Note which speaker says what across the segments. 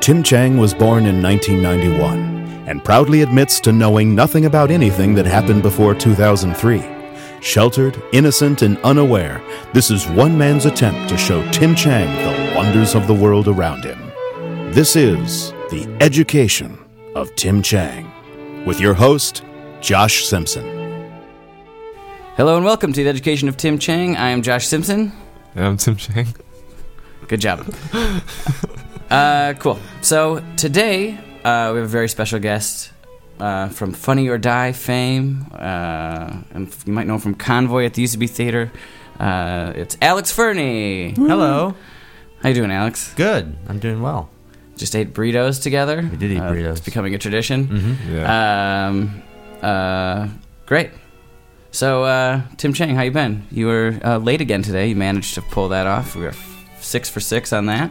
Speaker 1: Tim Chang was born in 1991 and proudly admits to knowing nothing about anything that happened before 2003. Sheltered, innocent, and unaware, this is one man's attempt to show Tim Chang the wonders of the world around him. This is The Education of Tim Chang with your host, Josh Simpson.
Speaker 2: Hello and welcome to the Education of Tim Chang. I am Josh Simpson.
Speaker 3: And I'm Tim Chang.
Speaker 2: Good job. uh, cool. So today uh, we have a very special guest uh, from Funny or Die fame, uh, and you might know him from Convoy at the UCB Theater. Uh, it's Alex Fernie.
Speaker 4: Hello.
Speaker 2: How you doing, Alex?
Speaker 4: Good. I'm doing well.
Speaker 2: Just ate burritos together. We
Speaker 4: did eat burritos. Mm-hmm.
Speaker 2: It's becoming a tradition.
Speaker 3: Yeah.
Speaker 2: Um, uh, great. So, uh, Tim Chang, how you been? You were uh, late again today. You managed to pull that off. We were f- six for six on that.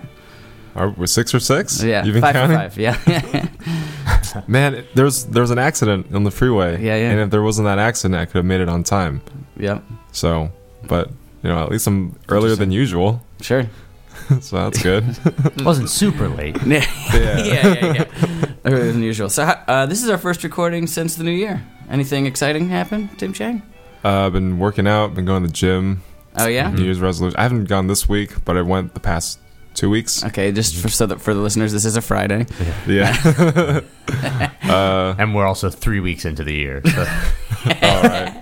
Speaker 3: Are we six for six?
Speaker 2: Yeah,
Speaker 3: You've been
Speaker 2: five
Speaker 3: counting?
Speaker 2: for five. Yeah,
Speaker 3: Man, there's there's an accident on the freeway.
Speaker 2: Yeah, yeah.
Speaker 3: And if there wasn't that accident, I could have made it on time.
Speaker 2: yep.
Speaker 3: So, but you know, at least I'm earlier than usual.
Speaker 2: Sure.
Speaker 3: So that's good.
Speaker 4: It wasn't super late.
Speaker 2: yeah, yeah, yeah. yeah. Earlier than usual. So, how- uh, this is our first recording since the new year. Anything exciting happen, Tim Chang?
Speaker 3: uh, I've been working out, been going to the gym.
Speaker 2: Oh yeah.
Speaker 3: New Year's resolution. I haven't gone this week, but I went the past two weeks.
Speaker 2: Okay, just for so that for the listeners, this is a Friday.
Speaker 3: Yeah. Uh,
Speaker 4: And we're also three weeks into the year. so-
Speaker 3: All right.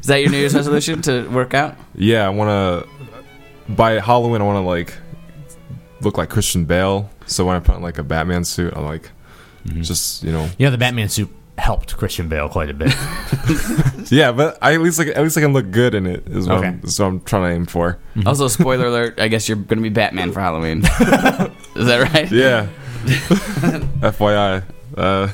Speaker 2: Is that your New Year's resolution to work out?
Speaker 3: Yeah, I want to. By Halloween, I want to like look like Christian Bale. So when I put on like a Batman suit, I'm like, just you know,
Speaker 4: you know, the Batman suit helped Christian Bale quite a bit.
Speaker 3: Yeah, but I at least like at least I can look good in it. Is what,
Speaker 4: Okay.
Speaker 3: I'm, is what I'm trying to aim for.
Speaker 2: Also, spoiler alert. I guess you're gonna be Batman for Halloween. is that right?
Speaker 3: Yeah. FYI. Uh,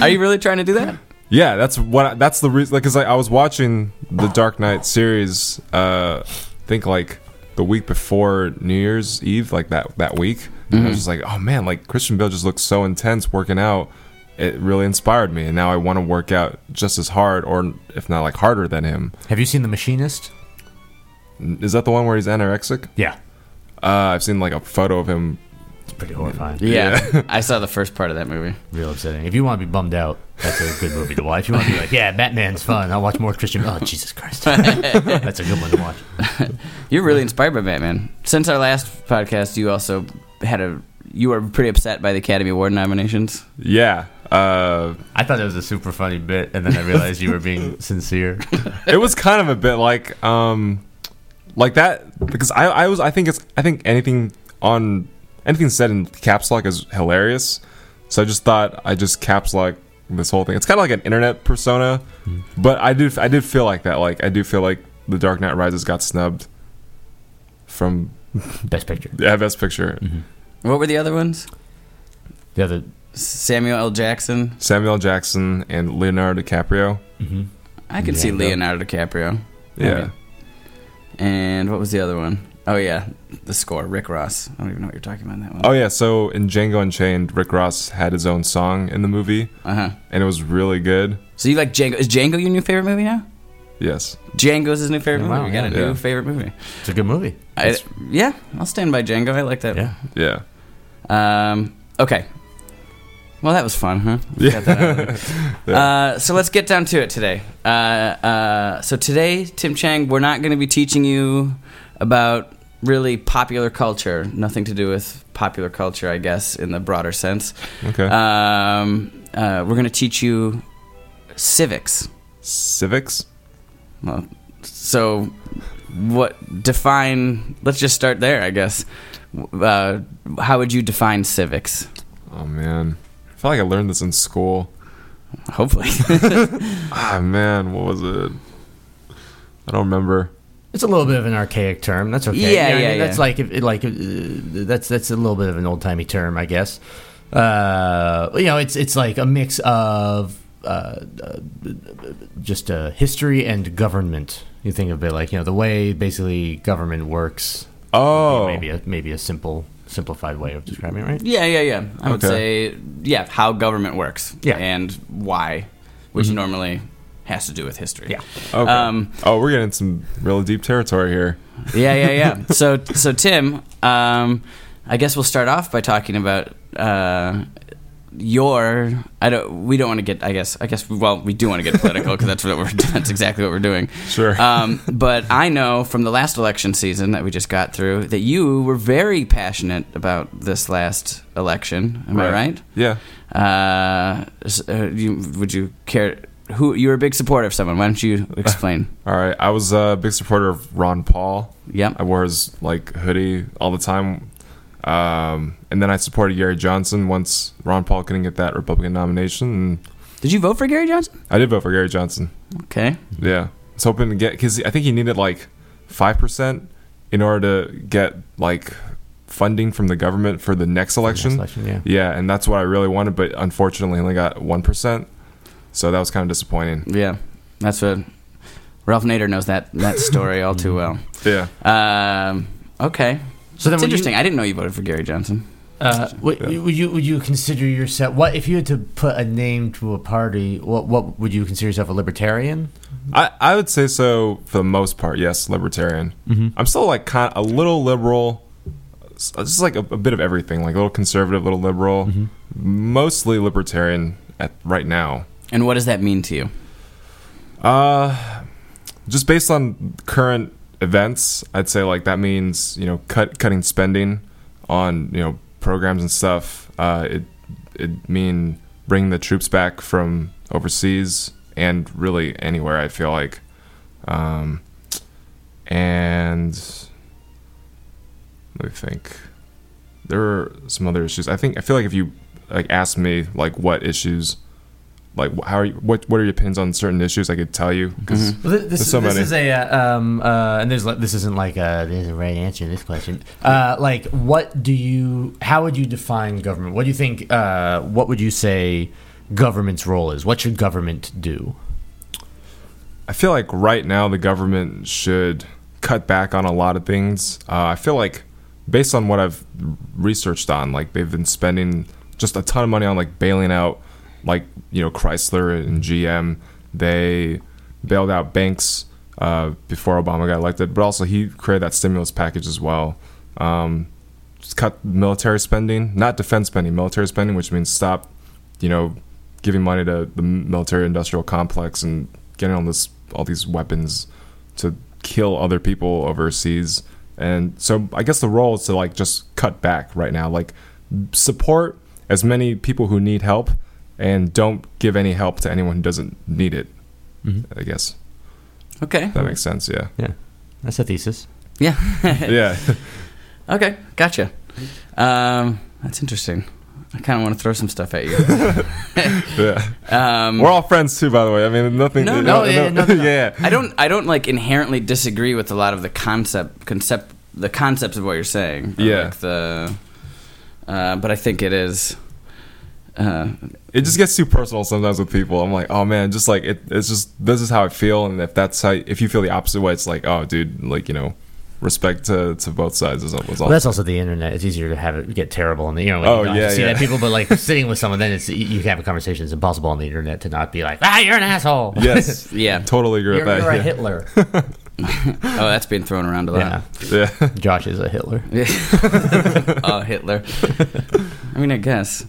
Speaker 2: Are you really trying to do that?
Speaker 3: yeah, that's what. I, that's the reason. Like, cause I, I was watching the Dark Knight series. Uh, I think like the week before New Year's Eve, like that that week. And I was just like, oh man, like Christian Bale just looks so intense working out. It really inspired me, and now I want to work out just as hard, or if not like harder than him.
Speaker 4: Have you seen The Machinist?
Speaker 3: Is that the one where he's anorexic?
Speaker 4: Yeah.
Speaker 3: Uh, I've seen like a photo of him
Speaker 4: It's pretty horrifying.
Speaker 2: Yeah. I saw the first part of that movie.
Speaker 4: Real upsetting. If you want to be bummed out, that's a good movie to watch. If you want to be like, yeah, Batman's fun. I'll watch more Christian Bale. Oh, Jesus Christ. that's a good one to watch.
Speaker 2: You're really inspired by Batman. Since our last podcast, you also had a you were pretty upset by the Academy Award nominations.
Speaker 3: Yeah. Uh,
Speaker 4: I thought it was a super funny bit, and then I realized you were being sincere.
Speaker 3: it was kind of a bit like um like that because I, I was I think it's I think anything on anything said in caps lock is hilarious. So I just thought I just caps lock this whole thing. It's kind of like an internet persona, but I do I did feel like that. Like I do feel like The Dark Knight Rises got snubbed from
Speaker 4: Best picture.
Speaker 3: yeah, best picture.
Speaker 2: What were the other ones?
Speaker 4: The other.
Speaker 2: Samuel L. Jackson.
Speaker 3: Samuel L. Jackson and Leonardo DiCaprio.
Speaker 4: mm-hmm.
Speaker 2: I can see
Speaker 4: Yeah, no.
Speaker 2: Leonardo DiCaprio.
Speaker 3: Yeah.
Speaker 2: And what was the other one? Oh yeah, the score. Rick Ross. I don't even know what you're talking about in that one.
Speaker 3: Oh yeah, so in Django Unchained, Rick Ross had his own song in the movie
Speaker 4: Oh.
Speaker 2: Uh huh.
Speaker 3: and it was really good.
Speaker 2: So you like Django? Is Django your new favorite movie now?
Speaker 3: Yes.
Speaker 2: Django's his new favorite movie.
Speaker 4: Yeah, wow,
Speaker 2: we got a
Speaker 3: yeah.
Speaker 2: new
Speaker 3: Yeah.
Speaker 2: favorite movie.
Speaker 4: It's a good movie.
Speaker 2: I, yeah, I'll stand by Django. I like that.
Speaker 4: Yeah.
Speaker 3: Yeah.
Speaker 2: Um, okay. Well, that was fun, huh? We got that out of the way. uh, so let's get down to it today. Uh, uh, so today, Tim Chang, we're not going to be teaching you about really popular culture. Nothing to do with popular culture, I guess, in the broader sense.
Speaker 3: Okay.
Speaker 2: Uh, Um, uh, we're going to teach you civics.
Speaker 3: Civics?
Speaker 2: Well, so what define? Let's just start there, I guess. Uh, how would you define civics?
Speaker 3: Oh man. I feel like I learned this in school.
Speaker 2: Hopefully.
Speaker 3: Ah man, what was it? I don't remember.
Speaker 4: It's a little bit of an archaic term. That's okay.
Speaker 2: Yeah,
Speaker 4: You know what I
Speaker 2: yeah,
Speaker 4: mean?
Speaker 2: yeah.
Speaker 4: That's like if it- like uh, that's that's a little bit of an old timey term, I guess. Uh, you know, it's it's like a mix of uh, uh, just uh, history and government. You think of it like you know the way basically government works.
Speaker 3: Oh
Speaker 4: Maybe a maybe a simple simplified way of describing it, right?
Speaker 2: Yeah, yeah, yeah. I would
Speaker 3: Okay.
Speaker 2: say, yeah, how government works.
Speaker 4: Yeah.
Speaker 2: And why, which normally has to do with history.
Speaker 4: Yeah.
Speaker 3: Okay.
Speaker 2: Um,
Speaker 3: oh, we're getting some really deep territory here.
Speaker 2: yeah, yeah, yeah. so, so Tim, um, I guess we'll start off by talking about uh, your I don't we don't want to get I guess I guess well we do want to get political because that's what we're that's exactly what we're doing.
Speaker 3: Sure.
Speaker 2: Um, but I know from the last election season that we just got through that you were very passionate about this last election. Am I right?
Speaker 3: Yeah.
Speaker 2: Uh, s- uh, you, would you care? Who you were a big supporter of someone? Why don't you explain?
Speaker 3: All right. I was a big supporter of Ron Paul.
Speaker 2: Yep.
Speaker 3: I wore his like hoodie all the time. Um, and then I supported Gary Johnson once Ron Paul couldn't get that Republican nomination. And
Speaker 2: Did you vote for Gary Johnson?
Speaker 3: I did vote for Gary Johnson.
Speaker 2: Okay.
Speaker 3: Yeah. I was hoping to get, because I think he needed like 5% in order to get like funding from the government for the next election.
Speaker 4: election, yeah.
Speaker 3: Yeah. And that's what I really wanted. But unfortunately, he only got 1%. So that was kind of disappointing.
Speaker 2: Yeah, that's what Ralph Nader knows that that story all too well.
Speaker 3: Yeah.
Speaker 2: Um, okay,
Speaker 4: So
Speaker 2: so
Speaker 4: then
Speaker 2: that's
Speaker 4: were you-
Speaker 2: interesting. I didn't know you voted for Gary Johnson.
Speaker 4: Uh, would,
Speaker 3: Yeah.
Speaker 4: would you would you consider yourself what if you had to put a name to a party? What what would you consider yourself a libertarian?
Speaker 3: I, I would say so for the most part. Yes, libertarian. I'm still like kind a little liberal, s- just like a, a bit of everything, like a little conservative, a little liberal, mostly libertarian at right now.
Speaker 2: And what does that mean to you?
Speaker 3: Just based on current events, I'd say like that means you know cut cutting spending on you know programs and stuff. Uh, it it mean bringing the troops back from overseas and really anywhere. I feel like. Um, and let me think. There are some other issues. I think I feel like if you like asked me like what issues, like wh- how are you, what what are your opinions on certain issues, I could tell you because
Speaker 4: Mm-hmm. Well, thi- this,
Speaker 3: so
Speaker 4: this
Speaker 3: many.
Speaker 4: is a uh, um, uh, and there's li- this isn't like a there's a right answer to this question. Uh, like, what do you? How would you define government? What do you think? Uh, what would you say government's role is? What should government do?
Speaker 3: I feel like right now the government should cut back on a lot of things. Uh, I feel like based on what I've researched on, like they've been spending just a ton of money on like bailing out, like you know Chrysler and GM. They bailed out banks uh, before Obama got elected, but also he created that stimulus package as well. Um, just cut military spending, not defense spending, military spending, which means stop, you know, giving money to the military-industrial complex and getting all this, all these weapons to kill other people overseas. And so, I guess the role is to like just cut back right now, like support as many people who need help, and don't give any help to anyone who doesn't need it. I guess
Speaker 2: Okay,
Speaker 3: that makes sense. Yeah,
Speaker 4: Yeah, that's a thesis.
Speaker 2: yeah,
Speaker 3: yeah.
Speaker 2: okay, gotcha. Um, that's interesting. I kind of want to throw some stuff at you.
Speaker 3: yeah.
Speaker 2: Um,
Speaker 3: We're all friends too, by the way. I mean, nothing.
Speaker 2: No,
Speaker 4: Mm. no, yeah, no, no, no.
Speaker 3: yeah.
Speaker 2: I don't. I don't like inherently disagree with a lot of the concept, concept, the concepts of what you're saying. or,
Speaker 3: Yeah.
Speaker 2: Like the, uh, but I think it is. Uh,
Speaker 3: it just gets too personal sometimes with people. I'm like, oh man, just like it, it's just this is how I feel, and if that's how if you feel the opposite way, it's like, oh dude, like you know, respect to to both sides is all. Is all.
Speaker 4: Well, that's also the internet. It's easier to have it get terrible on the you know. Like,
Speaker 3: Oh,
Speaker 4: you don't have
Speaker 3: yeah,
Speaker 4: to see
Speaker 3: yeah.
Speaker 4: that people, but like sitting with someone, then it's you- you can have a conversation. It's impossible on the internet to not be like, ah, you're an asshole.
Speaker 3: yes,
Speaker 2: Yeah.
Speaker 3: totally agree
Speaker 4: you're,
Speaker 3: with
Speaker 4: you're a
Speaker 3: that.
Speaker 4: Hitler.
Speaker 2: oh, that's being thrown around a lot.
Speaker 4: yeah,
Speaker 3: yeah. yeah.
Speaker 4: Josh is a Hitler.
Speaker 2: Yeah. oh, Hitler. I mean, I guess.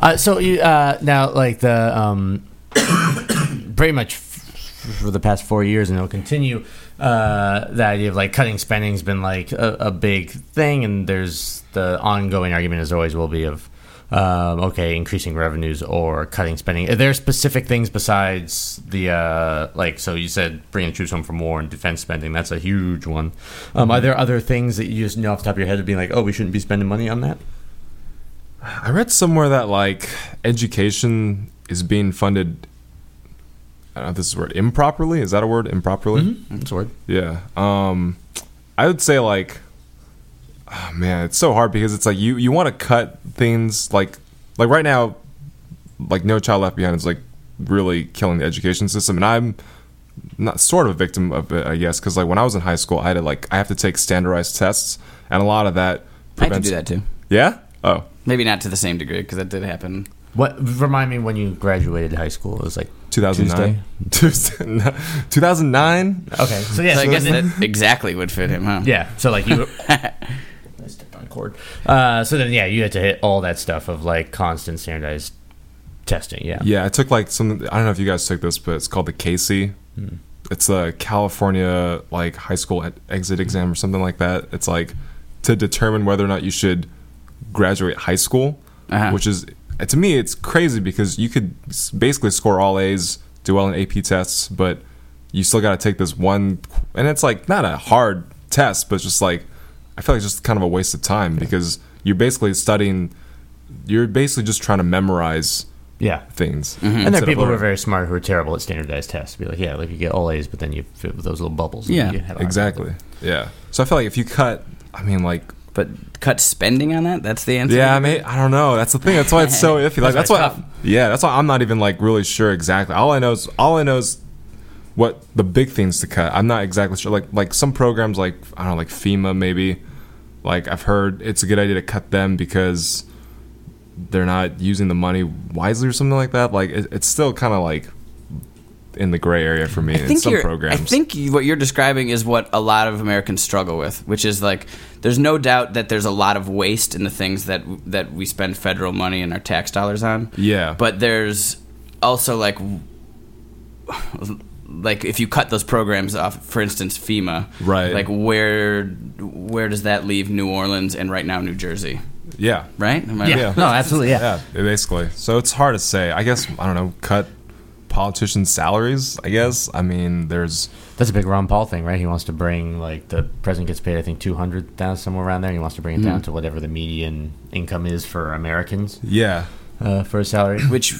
Speaker 4: Uh, so you uh, now like the um, pretty much f- for the past four years, and it'll continue. Uh, the idea of like cutting spending has been like a, a big thing, and there's the ongoing argument as always will be of um, okay, increasing revenues or cutting spending. Are there specific things besides the uh, like? So you said bringing troops home from war and defense spending. That's a huge one. Um, are there other things that you just know off the top of your head of being like, oh, we shouldn't be spending money on that?
Speaker 3: I read somewhere that like education is being funded. I don't know if this is a word improperly. Is that a word improperly?
Speaker 4: That's a word.
Speaker 3: Yeah. Um, I would say like, oh man, it's so hard because it's like you you want to cut things like like right now, like No Child Left Behind is like really killing the education system, and I'm not sort of a victim of it, I guess, because like when I was in high school, I had to like I have to take standardized tests, and a lot of that
Speaker 2: I had to
Speaker 3: prevents.
Speaker 2: do that too.
Speaker 3: Yeah. Oh.
Speaker 2: Maybe not to the same degree because that did happen.
Speaker 4: What remind me when you graduated high school? It was like
Speaker 3: 2009 Tuesday. 2009
Speaker 4: okay, so yeah,
Speaker 2: so I
Speaker 4: so
Speaker 2: guess
Speaker 4: then-
Speaker 2: that exactly would fit him, huh?
Speaker 4: yeah, so like you I stepped on a cord. Uh, so then, yeah, you had to hit all that stuff of like constant standardized testing. Yeah.
Speaker 3: Yeah, I took like some. I don't know if you guys took this, but it's called the KC. It's the California like high school e- exit exam or something like that. It's like to determine whether or not you should graduate high school,
Speaker 2: Uh-huh.
Speaker 3: which is uh, to me it's crazy because you could s- basically score all A's, do well in AP tests, but you still got to take this one, and it's like not a hard test, but it's just like I feel like it's just kind of a waste of time because you're basically studying. You're basically just trying to memorize
Speaker 4: Yeah.
Speaker 3: things.
Speaker 4: And there
Speaker 3: Mm-hmm. instead
Speaker 4: are
Speaker 3: of
Speaker 4: people who are
Speaker 3: learning.
Speaker 4: very smart who are terrible at standardized tests. Be like, yeah, like you get all A's, but then you fit with those little bubbles. and
Speaker 2: Yeah.
Speaker 4: you have-
Speaker 3: Exactly. Yeah. So I feel like if you cut, I mean, like,
Speaker 2: But cut spending on that? That's the answer?
Speaker 3: yeah, I mean, I don't know. That's the thing. That's why it's so iffy. Like,
Speaker 2: That's
Speaker 3: that's
Speaker 2: why
Speaker 3: why.
Speaker 2: it's tough.
Speaker 3: yeah, that's why I'm not even like really sure exactly. All I know is all I know is what the big things to cut. I'm not exactly sure. Like, like some programs, like I don't know, like FEMA, maybe. Like I've heard, it's a good idea to cut them because they're not using the money wisely or something like that. Like it, it's still kind of like in the gray area for me
Speaker 2: I
Speaker 3: in
Speaker 2: think,
Speaker 3: some
Speaker 2: you're,
Speaker 3: programs.
Speaker 2: I think you- what you're describing is what a lot of Americans struggle with, which is like there's no doubt that there's a lot of waste in the things that that we spend federal money and our tax dollars on.
Speaker 3: Yeah.
Speaker 2: but there's also like w- like if you cut those programs off, for instance, FEMA,
Speaker 3: Right.
Speaker 2: Like where where does that leave New Orleans and right now New Jersey,
Speaker 3: yeah.
Speaker 2: right? Am I-
Speaker 4: Yeah.
Speaker 3: Yeah.
Speaker 4: No, absolutely. Yeah.
Speaker 3: Yeah, basically. So it's hard to say. I guess I don't know. Cut politicians' salaries. I guess. I mean, there's
Speaker 4: That's a big Ron Paul thing, right? He wants to bring like the president gets paid, I think, two hundred thousand somewhere around there. And he wants to bring it down to whatever the median income is for Americans
Speaker 3: yeah,
Speaker 4: uh, for a salary.
Speaker 2: which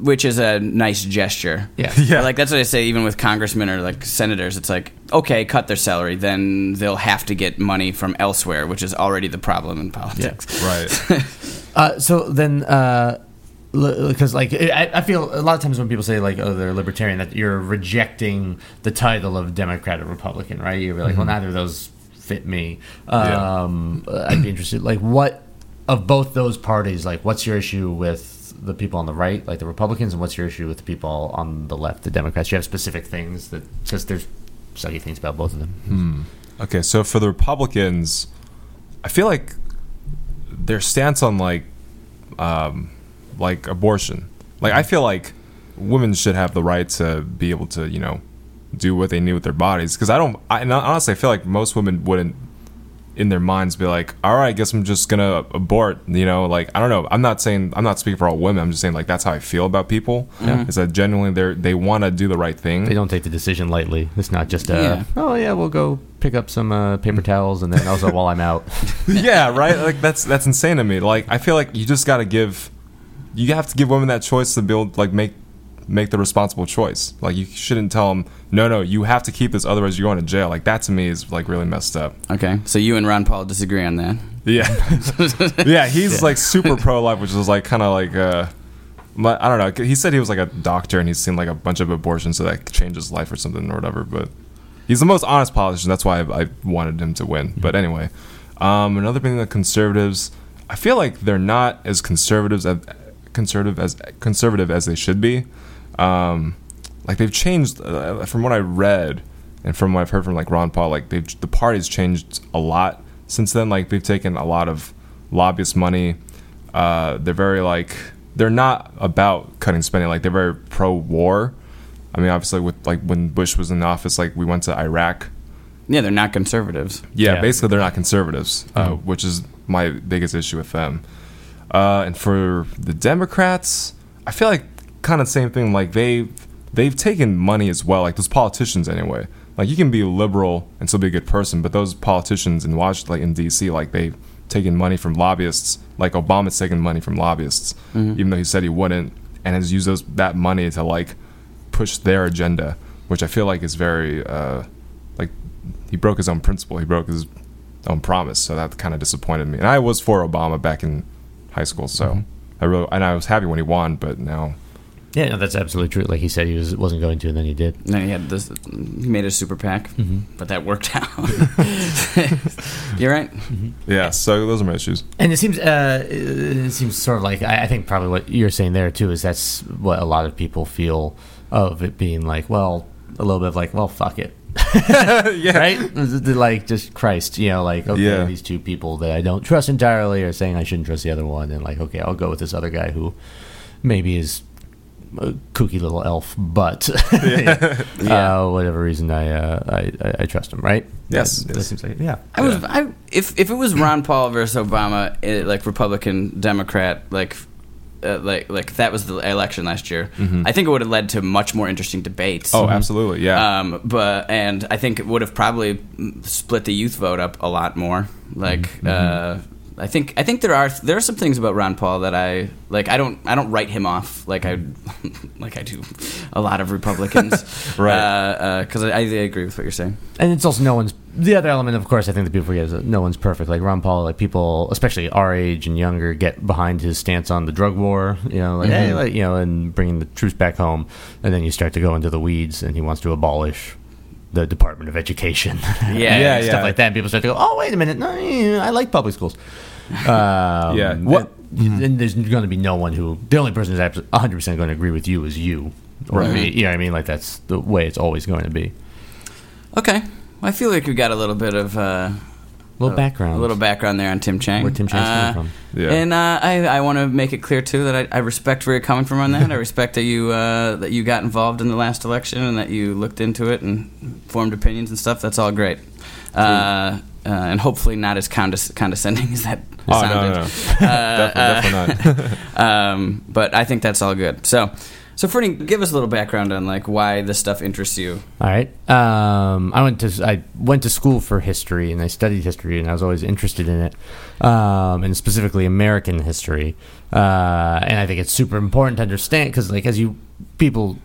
Speaker 2: which is a nice gesture.
Speaker 4: Yeah.
Speaker 3: Yeah.
Speaker 2: Like that's what I say even with congressmen or like senators it's like okay, cut their salary, then they'll have to get money from elsewhere, which is already the problem in politics.
Speaker 3: right.
Speaker 4: Uh, so then, uh, because like I, I feel a lot of times when people say like oh they're libertarian that you're rejecting the title of Democrat or Republican, right? You're like, well, neither of those fit me.
Speaker 3: Yeah.
Speaker 4: Um, I'd be interested, like, what of both those parties? Like, what's your issue with the people on the right, like the Republicans, and what's your issue with the people on the left, the Democrats? You have specific things that because there's sucky things about both of them.
Speaker 3: okay, so for the Republicans, I feel like their stance on like, um, like abortion. Like I feel like women should have the right to be able to you know do what they need with their bodies because I don't. I and honestly I feel like most women wouldn't in their minds be like, all right, I guess I'm just gonna abort. You know, like I don't know. I'm not saying I'm not speaking for all women. I'm just saying like that's how I feel about people. Is that genuinely they are they want to do the right thing?
Speaker 4: They don't take the decision lightly. It's not just, uh,
Speaker 2: Yeah.
Speaker 4: oh yeah, we'll go pick up some uh, paper towels, and then also while I'm out,
Speaker 3: yeah, right. Like that's that's insane to me. Like I feel like you just gotta give, you have to give women that choice to build like make make the responsible choice. Like you shouldn't tell them no, no, you have to keep this, otherwise you're going to jail. Like that to me is like really messed up.
Speaker 2: Okay. So you and Ron Paul disagree on that.
Speaker 3: Yeah, yeah. He's like super pro life, which is like kind of like uh, my, I don't know. He said he was like a doctor and he's seen like a bunch of abortions, so that changed his life or something or whatever. But he's the most honest politician. That's why I, I wanted him to win. But anyway, um, another thing that conservatives, I feel like they're not as conservatives as conservative as conservative as they should be. Um, like they've changed uh, from what I read and from what I've heard from like Ron Paul. Like they've the party's changed a lot since then. Like they've taken a lot of lobbyist money. Uh, they're very like they're not about cutting spending. Like they're very pro war. I mean, obviously, with like when Bush was in office, like we went to Iraq
Speaker 2: Yeah, they're not conservatives.
Speaker 3: yeah,
Speaker 4: Yeah.
Speaker 3: basically they're not conservatives, uh, which is my biggest issue with them. Uh, and for the Democrats, I feel like kind of the same thing. Like they they've taken money as well. Like those politicians, anyway. Like you can be liberal and still be a good person, but those politicians in Washington, like in D.C., like they've taken money from lobbyists. Like Obama's taken money from lobbyists, even though he said he wouldn't, and has used those that money to like push their agenda, which I feel like is very uh, like he broke his own principle. He broke his own promise. So that kind of disappointed me. And I was for Obama back in high school, so I really and I was happy when he won, but now
Speaker 4: Yeah, no, that's absolutely true. Like he said, he was, wasn't going to, and then he did.
Speaker 2: And then he had this he made a super PAC, but that worked out. You're right.
Speaker 3: yeah. So those are my issues.
Speaker 4: And it seems, uh, it seems sort of like I, I think probably what you're saying there too is that's what a lot of people feel of it being like, well, a little bit of like, well, fuck it,
Speaker 3: yeah.
Speaker 4: right? like just Christ, you know, like okay,
Speaker 3: Yeah.
Speaker 4: these two people that I don't trust entirely are saying I shouldn't trust the other one, and like okay, I'll go with this other guy who maybe is a kooky little elf, but uh, whatever reason I, uh, I I I trust him, right?
Speaker 3: Yes,
Speaker 4: that, that
Speaker 3: yes.
Speaker 4: seems like yeah.
Speaker 2: I was I if if it
Speaker 3: Mm.
Speaker 2: was Ron Paul versus Obama, eh, like Republican Democrat, like uh, like like that was the election last year. I think it would have led to much more interesting debates.
Speaker 3: Mm-hmm. Oh, absolutely. Yeah.
Speaker 4: Uh,
Speaker 2: Um, but and I think it would have probably mm, split the youth vote up a lot more. Like,
Speaker 3: Mm-hmm.
Speaker 2: uh, I think I think there are there are some things about Ron Paul that I like. I don't I don't write him off like I like I do a lot of Republicans,
Speaker 3: Right.
Speaker 2: Because I, I agree with what you're saying.
Speaker 4: and it's also no one's the other element of course i think that people forget is that no one's perfect like ron paul like people especially our age and younger get behind his stance on the drug war you know like, hey, like you know and bringing the troops back home and then you start to go into the weeds and he wants to abolish the department of education and
Speaker 2: Yeah,
Speaker 3: yeah,
Speaker 4: stuff like that and people start to go oh wait a minute no yeah, i like public schools um,
Speaker 3: Yeah.
Speaker 4: what and there's going to be no one who the only person who's abso- 100% going to agree with you is you or me you know what i mean like that's the way it's always going to be
Speaker 2: Okay, I feel like we got a little bit of. Uh,
Speaker 4: little background
Speaker 2: A little background there on Tim Chang.
Speaker 4: Where Tim Chang's
Speaker 2: uh,
Speaker 4: coming
Speaker 3: from. Yeah.
Speaker 2: And uh, I, I want to make it clear too that I, I respect where you're coming from on that. I respect that you uh, that you got involved in the last election and that you looked into it and formed opinions and stuff. That's all great. Uh, uh, and hopefully not as condes- condescending as that
Speaker 3: oh no,
Speaker 2: sounded.
Speaker 3: no, no.
Speaker 4: Uh,
Speaker 3: definitely, definitely not.
Speaker 2: Um, but I think that's all good. So, so Fernie, give us a little background on like why this stuff interests you.
Speaker 4: All right. Um, I went to I went to school for history, and I studied history, and I was always interested in it, um, and specifically American history. Uh, and I think it's super important to understand because, like, as you people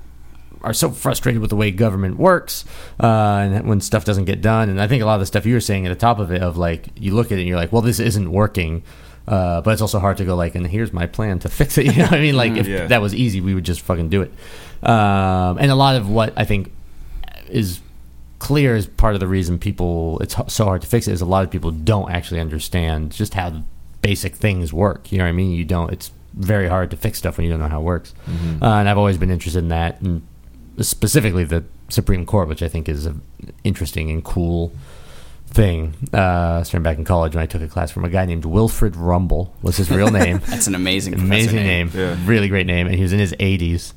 Speaker 4: are so frustrated with the way government works, uh, and when stuff doesn't get done, and I think a lot of the stuff you were saying at the top of it, of like, you look at it, and you're like, well, this isn't working. Uh, but it's also hard to go like, and here's my plan to fix it. You know what I mean? Like, if
Speaker 3: Yeah.
Speaker 4: that was easy, we would just fucking do it. Um, and a lot of what I think is clear is part of the reason people it's h- so hard to fix it is a lot of people don't actually understand just how basic things work you know what i mean you don't it's very hard to fix stuff when you don't know how it works uh, and i've always been interested in that and specifically the supreme court which i think is an interesting and cool thing uh starting back in college when i took a class from a guy named wilfred rumble was his real name
Speaker 2: That's an amazing, professor
Speaker 4: amazing name, really great name, and he was in his 80s.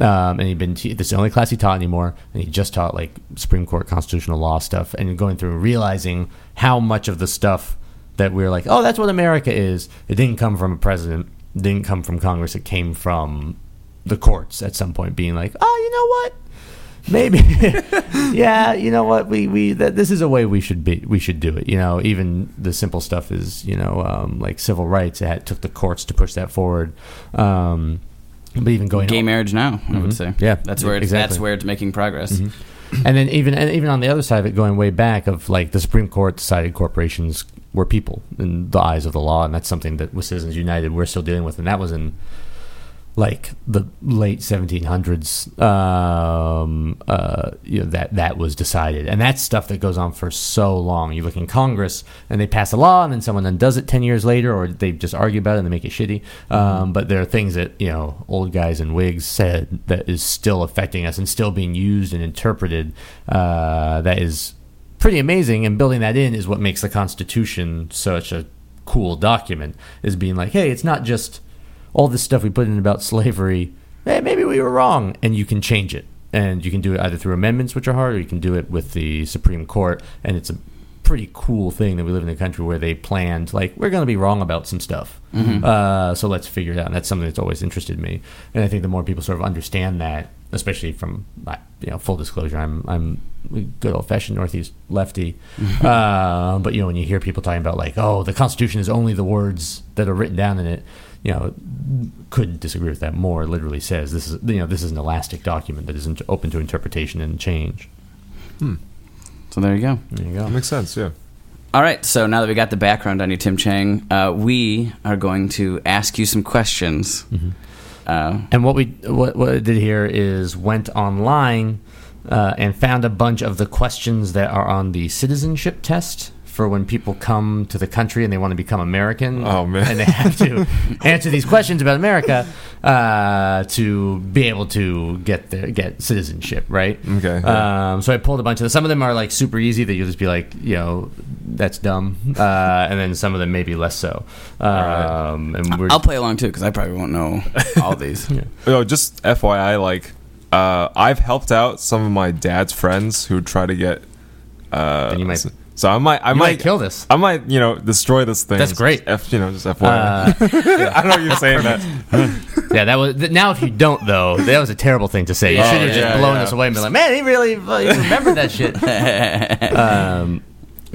Speaker 4: Um, and he'd been te- this is the only class he taught anymore, and he just taught like Supreme Court constitutional law stuff, and going through and realizing how much of the stuff that we are like, oh, that's what America is. It didn't come from a president, it didn't come from Congress. It came from the courts at some point, being like, oh, you know what? Maybe, yeah. You know what? We we that this is a way we should be. We should do it. You know, even the simple stuff is you know um, like civil rights. It took the courts to push that forward. Um, but even going
Speaker 2: Gay marriage now, I would say.
Speaker 4: Yeah,
Speaker 2: that's where it's,
Speaker 4: exactly.
Speaker 2: that's where it's making progress.
Speaker 4: and then even and even on the other side of it, going way back of like the Supreme Court decided corporations were people in the eyes of the law, and that's something that with Citizens United we're still dealing with, and that was in like the late 1700s. Um, uh, you know, that that was decided, and that's stuff that goes on for so long. You look in Congress, and they pass a law, and then someone undoes it 10 years later, or they just argue about it and they make it shitty. Um, but there are things that you know old guys in wigs said that is still affecting us and still being used and interpreted. Uh, that is pretty amazing and building that in is what makes the constitution such a cool document is being like hey it's not just all this stuff we put in about slavery hey maybe we were wrong and you can change it and you can do it either through amendments which are hard or you can do it with the supreme court and it's a pretty cool thing that we live in a country where they planned like we're going to be wrong about some stuff uh, so let's figure it out and that's something that's always interested me and i think the more people sort of understand that especially from I- you know full disclosure i'm i'm a good old fashioned northeast lefty uh, but you know when you hear people talking about like oh the constitution is only the words that are written down in it you know couldn't disagree with that more It literally says this is you know this is an elastic document that isn't open to interpretation and change
Speaker 2: So there you go.
Speaker 4: there you
Speaker 3: That
Speaker 4: go
Speaker 3: makes sense. Yeah.
Speaker 2: All right, so now that we got the background on you, Tim Chang, uh, we are going to ask you some questions. Uh,
Speaker 4: And what we what, what it did here is went online uh, and found a bunch of the questions that are on the citizenship test for when people come to the country and they want to become American.
Speaker 3: Oh, man.
Speaker 4: And they have to answer these questions about America uh, to be able to get their get citizenship, right?
Speaker 3: Okay.
Speaker 4: Um, so I pulled a bunch of them. Some of them are like super easy that you'll just be like, you know, that's dumb, uh, and then some of them maybe less so. Um, And we're
Speaker 2: I'll play along too because I probably won't know all these.
Speaker 3: Yo, just FYI, like, uh, I've helped out some of my dad's friends who try to get. Uh,
Speaker 4: Then you might-
Speaker 3: so I might, I
Speaker 4: you might
Speaker 3: might,
Speaker 4: kill this.
Speaker 3: I might, you know, destroy this thing.
Speaker 4: That's great. Uh,
Speaker 3: F, you know, just FYI. I don't know if you're saying that.
Speaker 4: Yeah, that was. th- Now, if you don't though, that was a terrible thing to say. You
Speaker 2: Yeah.
Speaker 4: should have
Speaker 2: Oh,
Speaker 4: just
Speaker 3: yeah,
Speaker 4: blown
Speaker 3: yeah.
Speaker 4: us away and been like, "Man, he really remembered that shit." um,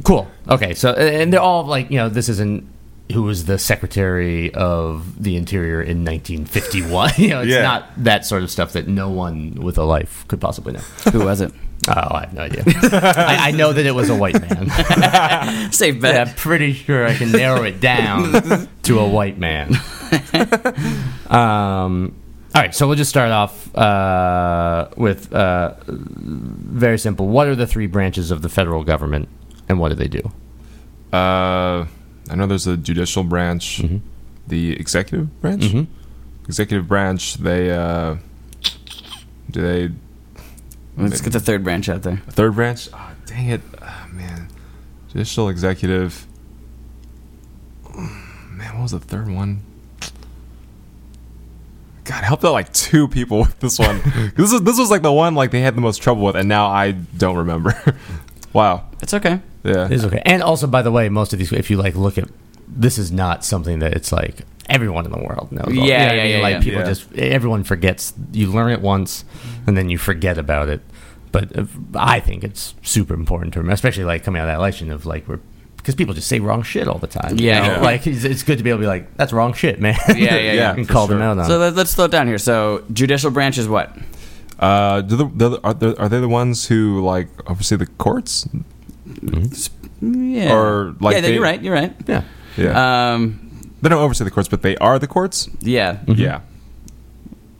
Speaker 4: cool. Okay, so and they're all like, you know, this isn't who was the Secretary of the Interior in 1951. you know, it's
Speaker 3: Yeah.
Speaker 4: not that sort of stuff that no one with a life could possibly know.
Speaker 2: Who was it?
Speaker 4: Oh, I have no idea. I, I know that it was a white man.
Speaker 2: Safe
Speaker 4: But
Speaker 2: bet.
Speaker 4: I'm pretty sure I can narrow it down to a white man. um, all right, so we'll just start off uh, with uh, very simple. What are the three branches of the federal government, and what do they do?
Speaker 3: Uh, I know there's a judicial branch, the executive branch. Executive branch. They uh, do they
Speaker 2: Let's get the third branch out there.
Speaker 3: third branch. Oh, dang it, Ah, man. Judicial executive. Man, what was the third one? God, I helped out like two people with this one. 'Cause this is this was like the one like they had the most trouble with, and now I don't remember. wow.
Speaker 2: It's okay.
Speaker 3: Yeah.
Speaker 4: It's okay. And also, by the way, most of these, if you like, look at this is not something that it's like everyone in the world knows. all-
Speaker 2: Yeah,
Speaker 4: you know what
Speaker 2: yeah,
Speaker 4: I mean?
Speaker 2: yeah,
Speaker 4: Like
Speaker 2: yeah.
Speaker 4: people
Speaker 3: Yeah.
Speaker 4: just everyone forgets. You learn it once, and then you forget about it. But uh, I think it's super important to remember, especially like coming out of that election of like we're. Because people just say wrong shit all the time. you
Speaker 2: Yeah.
Speaker 4: know?
Speaker 2: Yeah.
Speaker 4: like it's, it's good to be able to be like, "That's wrong shit, man."
Speaker 2: Yeah, yeah, yeah,
Speaker 4: and
Speaker 3: for
Speaker 4: call them
Speaker 3: sure.
Speaker 4: out on.
Speaker 2: So
Speaker 4: it.
Speaker 2: let, let's slow it down here. So judicial branch is what?
Speaker 3: Uh, do the, the are, the, are they the ones who like oversee the courts?
Speaker 2: Yeah.
Speaker 3: Or, like,
Speaker 2: yeah,
Speaker 3: they-
Speaker 2: you're right. You're right.
Speaker 4: yeah, Uh,
Speaker 3: Yeah,
Speaker 2: Um,
Speaker 3: they don't oversee the courts, but they are the courts.
Speaker 2: yeah.
Speaker 4: Mm-hmm.
Speaker 3: Yeah,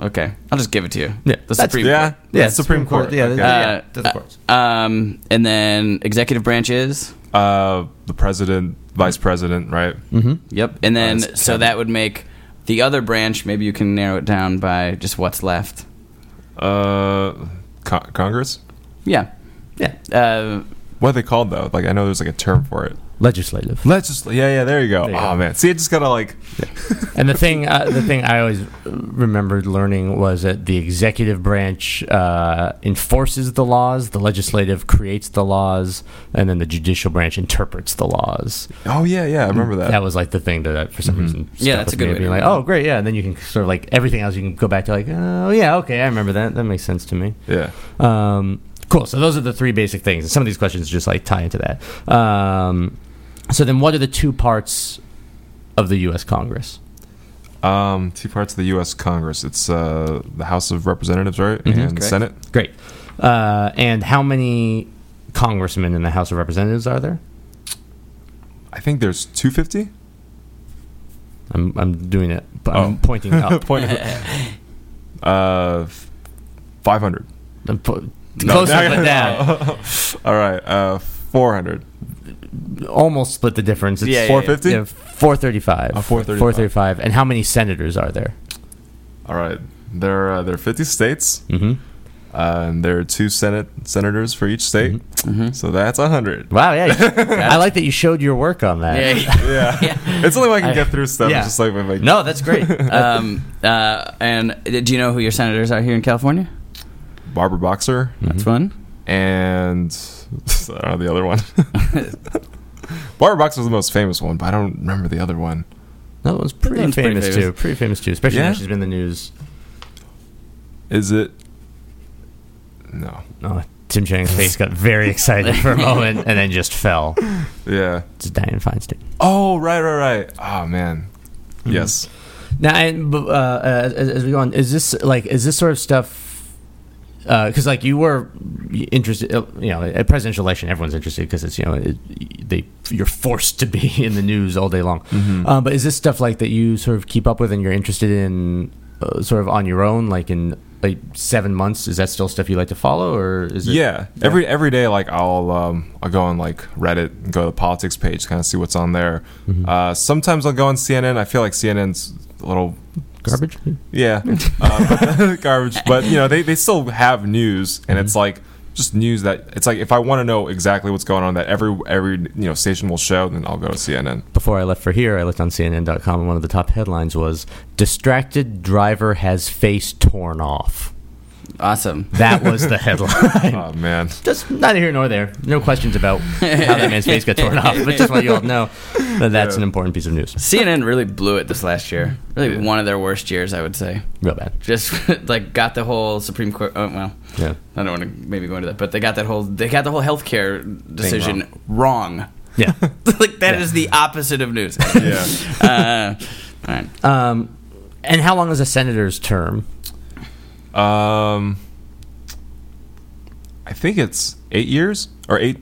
Speaker 2: Okay. I'll just give it to you.
Speaker 4: Yeah.
Speaker 2: The
Speaker 4: That's-
Speaker 2: Supreme
Speaker 3: Mm-hmm. yeah,
Speaker 2: Court.
Speaker 3: yeah. Supreme Court.
Speaker 4: Yeah,
Speaker 3: Okay.
Speaker 4: yeah,
Speaker 2: Uh,
Speaker 4: that's of course.
Speaker 2: Um, and then executive branch is.
Speaker 3: Uh, the president, vice president, right?
Speaker 4: Mm-hmm.
Speaker 2: Yep. And
Speaker 4: Oh,
Speaker 2: then
Speaker 3: that's
Speaker 2: so that would make the other branch. Maybe you can narrow it down by just what's left.
Speaker 3: Uh, co- Congress.
Speaker 2: Yeah.
Speaker 4: Yeah,
Speaker 2: Uh,
Speaker 3: What are they called though? Like I know there's like a term for it.
Speaker 4: legislative.
Speaker 3: Legisl. Yeah, yeah. There you go.
Speaker 4: There you
Speaker 3: oh
Speaker 4: go.
Speaker 3: man. See, I just gotta like.
Speaker 4: And the thing, uh, the thing I always remembered learning was that the executive branch uh, enforces the laws, the legislative creates the laws, and then the judicial branch interprets the laws.
Speaker 3: Oh yeah, yeah. I remember that.
Speaker 4: That was like the thing that, I for some reason, stuck
Speaker 2: Mm-hmm. Yeah, that's
Speaker 4: with
Speaker 2: a good
Speaker 4: me,
Speaker 2: way
Speaker 4: being
Speaker 2: to
Speaker 4: like,
Speaker 2: do it.
Speaker 4: oh, great, yeah. And then you can sort of like everything else, you can go back to like, oh yeah, okay, I remember that. That makes sense to me.
Speaker 3: yeah.
Speaker 4: Um, cool. So those are the three basic things. And some of these questions just like tie into that. Um, so then, what are the two parts of the U.S. Congress?
Speaker 3: Um, two parts of the U.S. Congress. It's uh the House of Representatives, right, and
Speaker 4: Mm-hmm.
Speaker 2: Correct.
Speaker 3: Senate.
Speaker 4: Great. Uh, and how many congressmen in the House of Representatives are there?
Speaker 3: I think there's 250.
Speaker 4: I'm, I'm doing it. but I'm
Speaker 3: Oh.
Speaker 4: pointing up.
Speaker 3: Point. uh, f- 500.
Speaker 4: I'm po- close
Speaker 3: no,
Speaker 4: up
Speaker 3: no,
Speaker 4: but down.
Speaker 3: All right, uh, 400.
Speaker 4: Almost split the difference. It's
Speaker 2: Yeah, yeah,
Speaker 3: 450?
Speaker 4: yeah, 435.
Speaker 3: Oh, 435.
Speaker 4: 435. And how many senators are there?
Speaker 3: All right, there uh, there are 50 states,
Speaker 4: Mm-hmm.
Speaker 3: uh, and there are two Senate senators for each state,
Speaker 2: mm-hmm.
Speaker 3: so that's 100.
Speaker 4: Wow, yeah. you- I like that you showed your work on that.
Speaker 2: yeah.
Speaker 3: Yeah.
Speaker 2: yeah.
Speaker 3: It's the only way I can
Speaker 4: I-
Speaker 3: get through stuff.
Speaker 4: yeah.
Speaker 3: It's just like, like
Speaker 4: No, Oh, that's great.
Speaker 2: Um, uh, and do you know who your senators are here in California?
Speaker 3: Barbara Boxer
Speaker 4: Mm-hmm.
Speaker 2: That's one.
Speaker 3: and I don't know the other one. Barbara Boxer was the most famous one, but I don't remember the other one.
Speaker 4: That one's pretty
Speaker 2: one's pretty
Speaker 4: famous,
Speaker 2: famous.
Speaker 4: too. Pretty famous too, especially
Speaker 3: Yeah?
Speaker 4: now she's been in the news.
Speaker 3: Is it? No.
Speaker 4: Oh, Tim Chang's face got very excited for a moment and then just fell.
Speaker 3: Yeah.
Speaker 4: It's Diane Feinstein.
Speaker 3: Oh right, right, right. Oh man. Yes.
Speaker 4: Now, and b- uh, as, as we go on, is this like is this sort of stuff? Because like you were interested, uh, you know, at presidential election, everyone's interested because it's you know it, they you're forced to be in the news all day long. Um, uh, but is this stuff like that you sort of keep up with and you're interested in, uh, sort of on your own, like in like seven months. Is that still stuff you like to follow, or is it?
Speaker 3: yeah, every every day like I'll um I'll go on like Reddit and go to the politics page, kind of see what's on there. Uh, sometimes I'll go on CNN. I feel like CNN's a little
Speaker 4: garbage.
Speaker 3: yeah uh, garbage, but you know they they still have news, and it's like just news that it's like if I want to know exactly what's going on that every every you know station will show, then I'll go to CNN.
Speaker 4: Before I left for here, I looked on CNN.com, and one of the top headlines was "Distracted driver has face torn off."
Speaker 2: Awesome.
Speaker 4: That was the headline.
Speaker 3: Oh man,
Speaker 4: Just neither here nor there. No questions about how that man's face got torn off, but just want you all to know that that's an important piece of news.
Speaker 2: CNN really blew it this last year. Really one of their worst years, I would say.
Speaker 4: Real bad.
Speaker 2: Just like got the whole Supreme Court. Oh, well,
Speaker 4: Yeah.
Speaker 2: I don't want to maybe go into that, but they got that whole they got the whole healthcare decision wrong.
Speaker 4: Yeah.
Speaker 2: like that is the opposite of news.
Speaker 3: yeah.
Speaker 2: uh, all right.
Speaker 4: Um, and how long is a senator's term?
Speaker 3: Um, I think it's eight years or eight.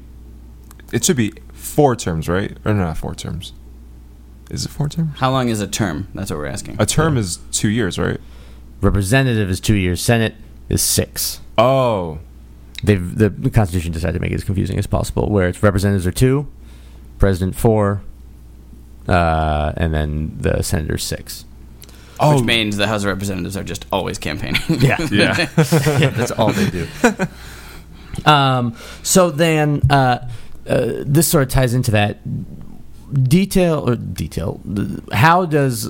Speaker 3: It should be four terms, right? Or no, not four terms. Is it four terms?
Speaker 2: How long is a term? That's what we're asking.
Speaker 3: A term is two years, right?
Speaker 4: Representative is two years. Senate is six.
Speaker 3: Oh,
Speaker 4: They've, the, the Constitution decided to make it as confusing as possible, where it's representatives are two, president four, uh, and then the senators six.
Speaker 3: oh,
Speaker 2: Which means the House of Representatives are just always campaigning.
Speaker 4: Yeah,
Speaker 3: yeah.
Speaker 4: yeah, that's all they do. um, so then, uh, uh, this sort of ties into that detail or detail. th- How does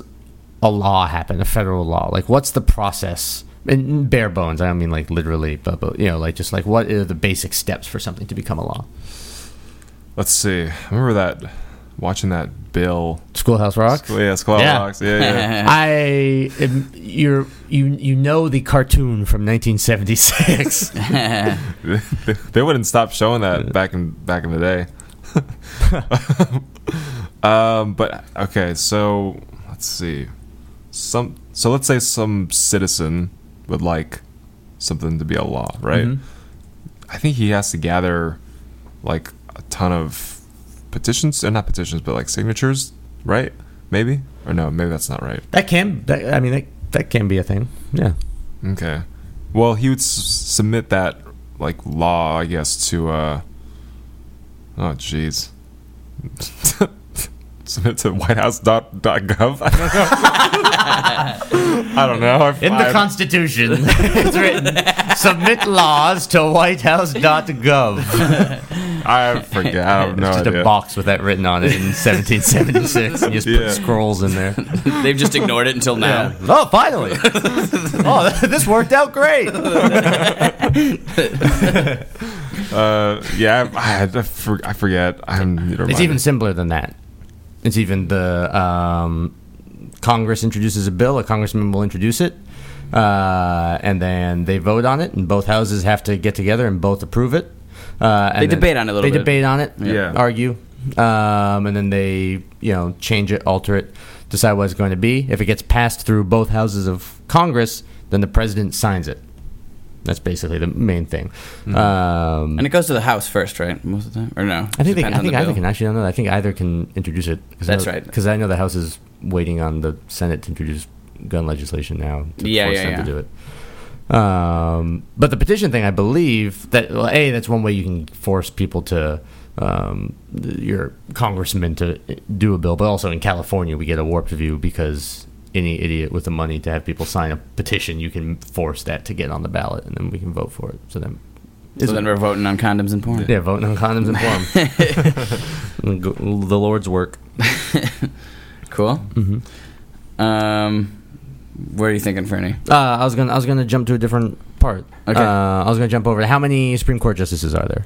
Speaker 4: a law happen? A federal law? Like, what's the process? And bare bones. I don't mean like literally, but, but you know, like just like what are the basic steps for something to become a law?
Speaker 3: Let's see. I remember that watching that Bill.
Speaker 4: Schoolhouse Rock.
Speaker 3: Yeah, Squall
Speaker 4: Yeah.
Speaker 3: Rocks. Yeah, yeah.
Speaker 4: I am, you're you you know the cartoon from 1976.
Speaker 3: they, they wouldn't stop showing that back in back in the day. um, but okay, so let's see. Some so let's say some citizen would like something to be a law, right?
Speaker 4: Mm-hmm.
Speaker 3: I think he has to gather like a ton of petitions, or not petitions, but like signatures, right? Maybe or no, maybe that's not right.
Speaker 4: that can that, I mean that that can be a thing. Yeah.
Speaker 3: Okay. Well, he would s- submit that like law, I guess, to uh Oh jeez. submit to whitehouse.gov. I don't know. I don't know. I-
Speaker 4: In the
Speaker 3: I-
Speaker 4: Constitution, it's written submit laws to whitehouse.gov.
Speaker 3: I forget. I have
Speaker 4: it's
Speaker 3: no
Speaker 4: just
Speaker 3: idea.
Speaker 4: a box with that written on it in 1776, and you just
Speaker 3: Yeah.
Speaker 4: put scrolls in there.
Speaker 2: They've just ignored it until now.
Speaker 4: Oh, finally! oh, this worked out great.
Speaker 3: Uh, yeah, I, I, had- I, for, I forget. I'm.
Speaker 4: It's even simpler than that. It's even the um, Congress introduces a bill, a congressman will introduce it, uh, and then they vote on it, and both houses have to get together and both approve it. Uh, and
Speaker 2: They
Speaker 4: then
Speaker 2: debate on it a little
Speaker 4: They
Speaker 2: bit.
Speaker 4: debate on it,
Speaker 3: Yeah.
Speaker 4: argue, um, and then they you know change it, alter it, decide what it's going to be. If it gets passed through both houses of Congress, then the president signs it. That's basically the main thing. Um,
Speaker 2: And it goes to the House first, right? Most of the time, or no?
Speaker 4: I think they,
Speaker 2: Depends
Speaker 4: I
Speaker 2: on the
Speaker 4: think either
Speaker 2: bill.
Speaker 4: can actually. I don't know. I think either can introduce it. Cause
Speaker 2: That's right.
Speaker 4: Because I know the House is waiting on the Senate to introduce gun legislation now. To
Speaker 2: Yeah,
Speaker 4: force
Speaker 2: yeah,
Speaker 4: them
Speaker 2: yeah.
Speaker 4: To do it. Um, but the petition thing, I believe that well, a that's one way you can force people to um, th- your congressman to eh, do a bill. But also in California, we get a warped view because any idiot with the money to have people sign a petition, you can force that to get on the ballot, and then we can vote for it. So then,
Speaker 2: So then we're voting on condoms and porn.
Speaker 4: yeah, voting on condoms and plum. Go- the Lord's work.
Speaker 2: Cool.
Speaker 4: Mm-hmm.
Speaker 2: Um, where are you thinking, Fernie?
Speaker 4: Uh, I was gonna, I was gonna jump to a different part.
Speaker 2: Okay.
Speaker 4: Uh, I was gonna jump over. to How many Supreme Court justices are there?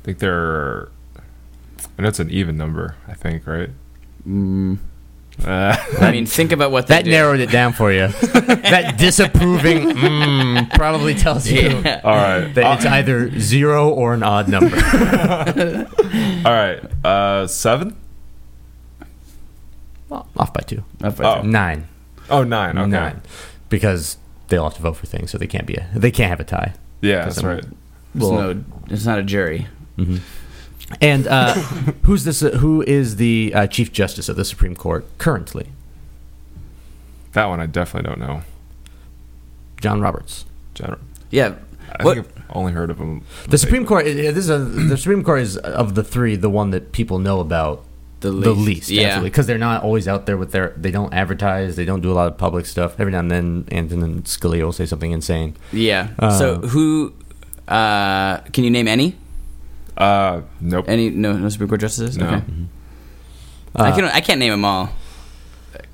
Speaker 3: I think they're. I know it's an even number. I think right. Uh,
Speaker 2: I mean, think about what they
Speaker 4: That
Speaker 2: do.
Speaker 4: narrowed it down for you. that disapproving mm, probably tells you
Speaker 2: Yeah.
Speaker 3: all right.
Speaker 4: that it's either zero or an odd number.
Speaker 3: all right. Uh, seven.
Speaker 4: Well, off by two.
Speaker 2: Up with
Speaker 3: Oh.
Speaker 2: it.
Speaker 4: Nine.
Speaker 3: Oh, nine. Okay.
Speaker 4: Nine. Because they all have to vote for things, so they can't be a, they can't have a tie.
Speaker 3: Yeah, that's
Speaker 4: I'm-
Speaker 3: right.
Speaker 2: It's,
Speaker 4: Well-
Speaker 2: no, it's not a jury.
Speaker 4: Mm-hmm. And uh, who's this? Who is the uh, Chief Justice of the Supreme Court currently?
Speaker 3: That one I definitely don't know.
Speaker 4: John Roberts.
Speaker 3: General.
Speaker 2: Yeah.
Speaker 3: I
Speaker 2: What-
Speaker 3: think I've only heard of him.
Speaker 4: The Supreme Court. yeah, This is a, the Supreme Court is of the three the one that people know about
Speaker 2: The
Speaker 4: the
Speaker 2: least,
Speaker 4: least,
Speaker 2: yeah.
Speaker 4: absolutely, because they're not always out there with their. They don't advertise. They don't do a lot of public stuff. Every now and then, Antonin Scalia will say something insane.
Speaker 2: Yeah. so who? Uh, can you name any?
Speaker 3: Uh, nope.
Speaker 2: Any? No, no Supreme Court justices.
Speaker 3: No.
Speaker 2: Okay. I can. I can't name them all.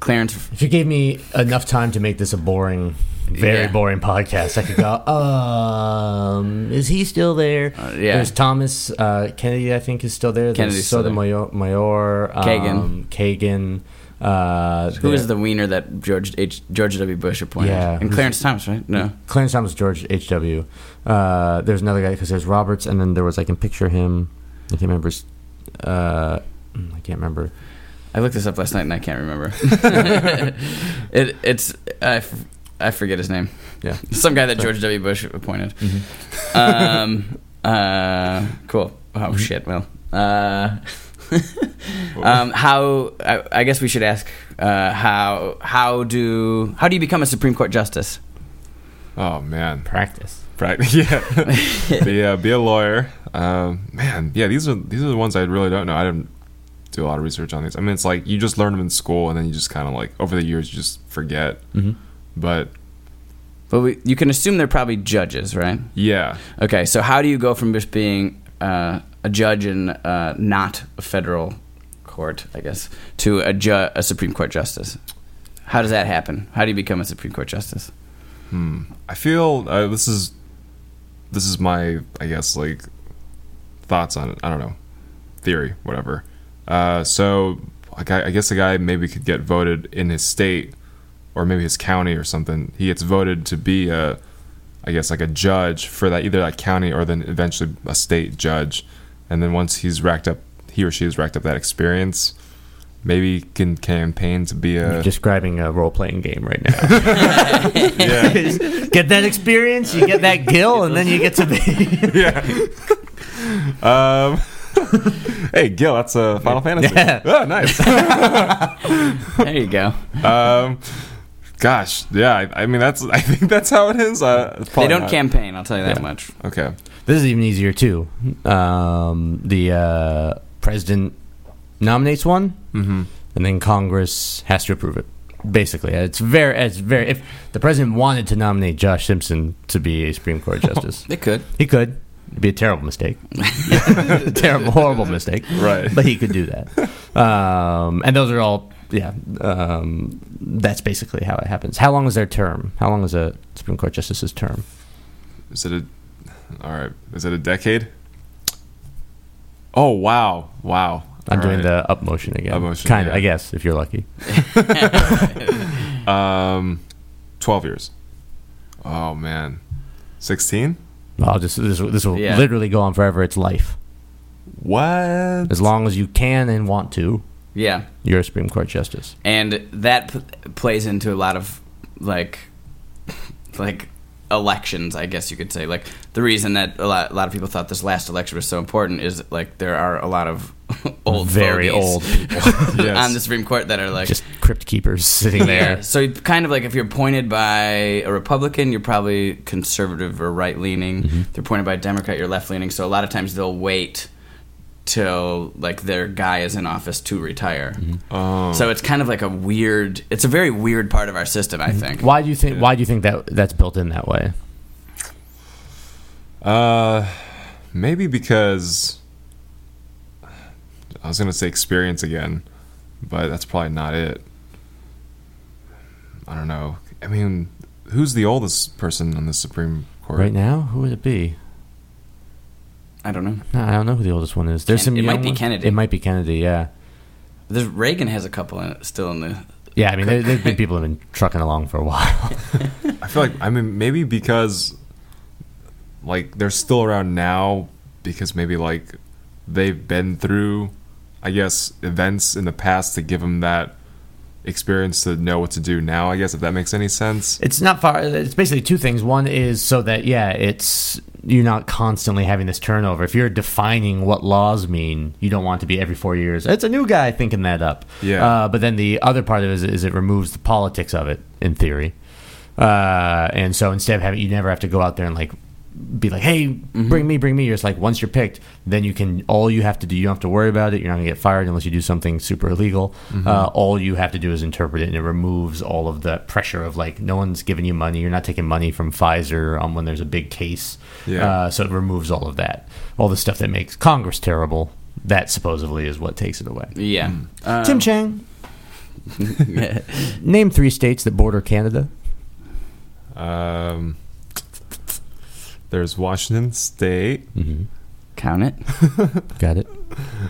Speaker 2: Clarence.
Speaker 4: If you gave me enough time to make this a boring, very
Speaker 2: Yeah.
Speaker 4: boring podcast, I could go. Um, is he still there?
Speaker 2: Uh, yeah.
Speaker 4: There's Thomas uh, Kennedy. I think is still there.
Speaker 2: Kennedy's
Speaker 4: There's
Speaker 2: still
Speaker 4: Sotomayor, Mayor, um, Kagan. Uh,
Speaker 2: Who is the wiener that George H, George W. Bush appointed?
Speaker 4: Yeah.
Speaker 2: And Clarence Thomas, right? No.
Speaker 4: Clarence Thomas, George H.W. Uh, there's another guy because there's Roberts, and then there was I can picture him. I can't remember. his- Uh, I can't remember.
Speaker 2: I looked this up last night and I can't remember. it, it's I, f- I forget his name.
Speaker 4: Yeah.
Speaker 2: Some guy that George W. Bush appointed. Um, uh, cool. Oh shit. Well. Uh, um, how I, I guess we should ask uh, how how do how do you become a Supreme Court justice?
Speaker 3: Oh man,
Speaker 4: Practice.
Speaker 3: practice. Yeah, be, uh, be a lawyer. Um, man, yeah, these are these are the ones I really don't know. I didn't do a lot of research on these. I mean, it's like you just learn them in school, and then you just kind of like over the years you just forget. Mm-hmm. But
Speaker 2: But we, you can assume they're probably judges, right?
Speaker 3: yeah,
Speaker 2: Okay, so how do you go from just being uh, a judge in uh, not a federal court, I guess, to a, ju- a Supreme Court justice? How does that happen? How do you become a Supreme Court justice?
Speaker 3: I feel uh, this is this is my I guess like thoughts on it. I don't know theory, whatever. Uh, so like I, I guess a guy maybe could get voted in his state or maybe his county or something. He gets voted to be a I guess like a judge for that either that county or then eventually a state judge. And then once he's racked up, he or she has racked up that experience. Maybe can campaign to be a
Speaker 4: You're describing a role playing game right now.
Speaker 3: yeah,
Speaker 4: get that experience, you get that gill, and then you get to be.
Speaker 3: yeah. um, hey, Gil, that's a Final Fantasy.
Speaker 4: Yeah.
Speaker 3: Oh, nice.
Speaker 2: There you go.
Speaker 3: um, gosh, yeah. I, I mean, that's. I think that's how it is. Uh, it's
Speaker 2: They
Speaker 3: probably
Speaker 2: don't
Speaker 3: not-
Speaker 2: campaign, I'll tell you that much.
Speaker 3: Okay.
Speaker 4: this is even easier too. Um, the uh, president nominates one, and then Congress has to approve it. Basically, it's very, it's very. If the president wanted to nominate Josh Simpson to be a Supreme Court justice,
Speaker 2: They could.
Speaker 4: He could. It'd be a terrible mistake. a terrible, horrible mistake.
Speaker 3: Right.
Speaker 4: But he could do that. Um, and those are all, yeah. Um, that's basically how it happens. How long is their term? How long is a Supreme Court justice's term?
Speaker 3: Is it a? All right. Is it a decade? Oh wow! Wow.
Speaker 4: I'm
Speaker 3: All
Speaker 4: doing
Speaker 3: right.
Speaker 4: the up motion again.
Speaker 3: Up motion,
Speaker 4: kind of,
Speaker 3: yeah.
Speaker 4: I guess, if you're lucky.
Speaker 3: Um, twelve years. Oh man, sixteen.
Speaker 4: I'll just this, will- this will
Speaker 2: Yeah.
Speaker 4: literally go on forever. It's life.
Speaker 3: What?
Speaker 4: As long as you can and want to,
Speaker 2: Yeah.
Speaker 4: you're a Supreme Court justice.
Speaker 2: And that p- plays into a lot of, like, like elections, I guess you could say. Like, the reason that a lot, a lot of people thought this last election was so important is, like, there are a lot of old
Speaker 4: Very
Speaker 2: fogies
Speaker 4: old people.
Speaker 3: Yes.
Speaker 2: on the Supreme Court that are, like,
Speaker 4: just crypt keepers sitting
Speaker 2: Yeah.
Speaker 4: there.
Speaker 2: So you- kind of like if you're appointed by a Republican, you're probably conservative or right leaning.
Speaker 4: Mm-hmm.
Speaker 2: If you're appointed by a Democrat, you're left leaning. So a lot of times they'll wait till like their guy is in office to retire.
Speaker 4: Mm-hmm. Oh.
Speaker 2: So it's kind of like a weird. It's a very weird part of our system,
Speaker 4: Mm-hmm.
Speaker 2: I think.
Speaker 4: Why do you think? Why do you think that that's built in that way?
Speaker 3: Uh, maybe because I was gonna say experience again, but that's probably not it. I don't know. I mean, who's the oldest person on the Supreme Court?
Speaker 4: Right now, who would it be?
Speaker 2: I don't know.
Speaker 4: No, I don't know who the oldest one is. There's
Speaker 2: Ken-
Speaker 4: some.
Speaker 2: it might
Speaker 4: young
Speaker 2: be
Speaker 4: ones.
Speaker 2: Kennedy.
Speaker 4: It might be Kennedy. Yeah.
Speaker 2: There's, Reagan has a couple in, still in the.
Speaker 4: Yeah. I mean, there, there's been people who've been trucking along for a while.
Speaker 3: I feel like I mean maybe because like they're still around now because maybe like they've been through I guess events in the past to give them that experience to know what to do now. I guess if that makes any sense.
Speaker 4: it's not far. It's basically two things. One is so that yeah, it's you're not constantly having this turnover. If you're defining what laws mean, you don't want to be every four years. It's a new guy thinking that up.
Speaker 3: Yeah.
Speaker 4: Uh, but then the other part of it is, is it removes the politics of it in theory. Uh, and so instead of having, you never have to go out there and like be like, hey, bring me, bring me. You're just like, once you're picked, then you can, all you have to do, you don't have to worry about it. You're not going to get fired unless you do something super illegal. Uh, all you have to do is interpret it, and it removes all of the pressure of like, no one's giving you money. You're not taking money from Pfizer on when there's a big case.
Speaker 3: Yeah.
Speaker 4: Uh, so it removes all of that. All the stuff that makes Congress terrible, that supposedly is what takes it away.
Speaker 2: Yeah.
Speaker 4: Mm.
Speaker 2: Uh,
Speaker 4: Tim Chang, name three states that border Canada.
Speaker 3: Um, there's Washington State,
Speaker 4: Mm-hmm.
Speaker 2: count it.
Speaker 4: Got it.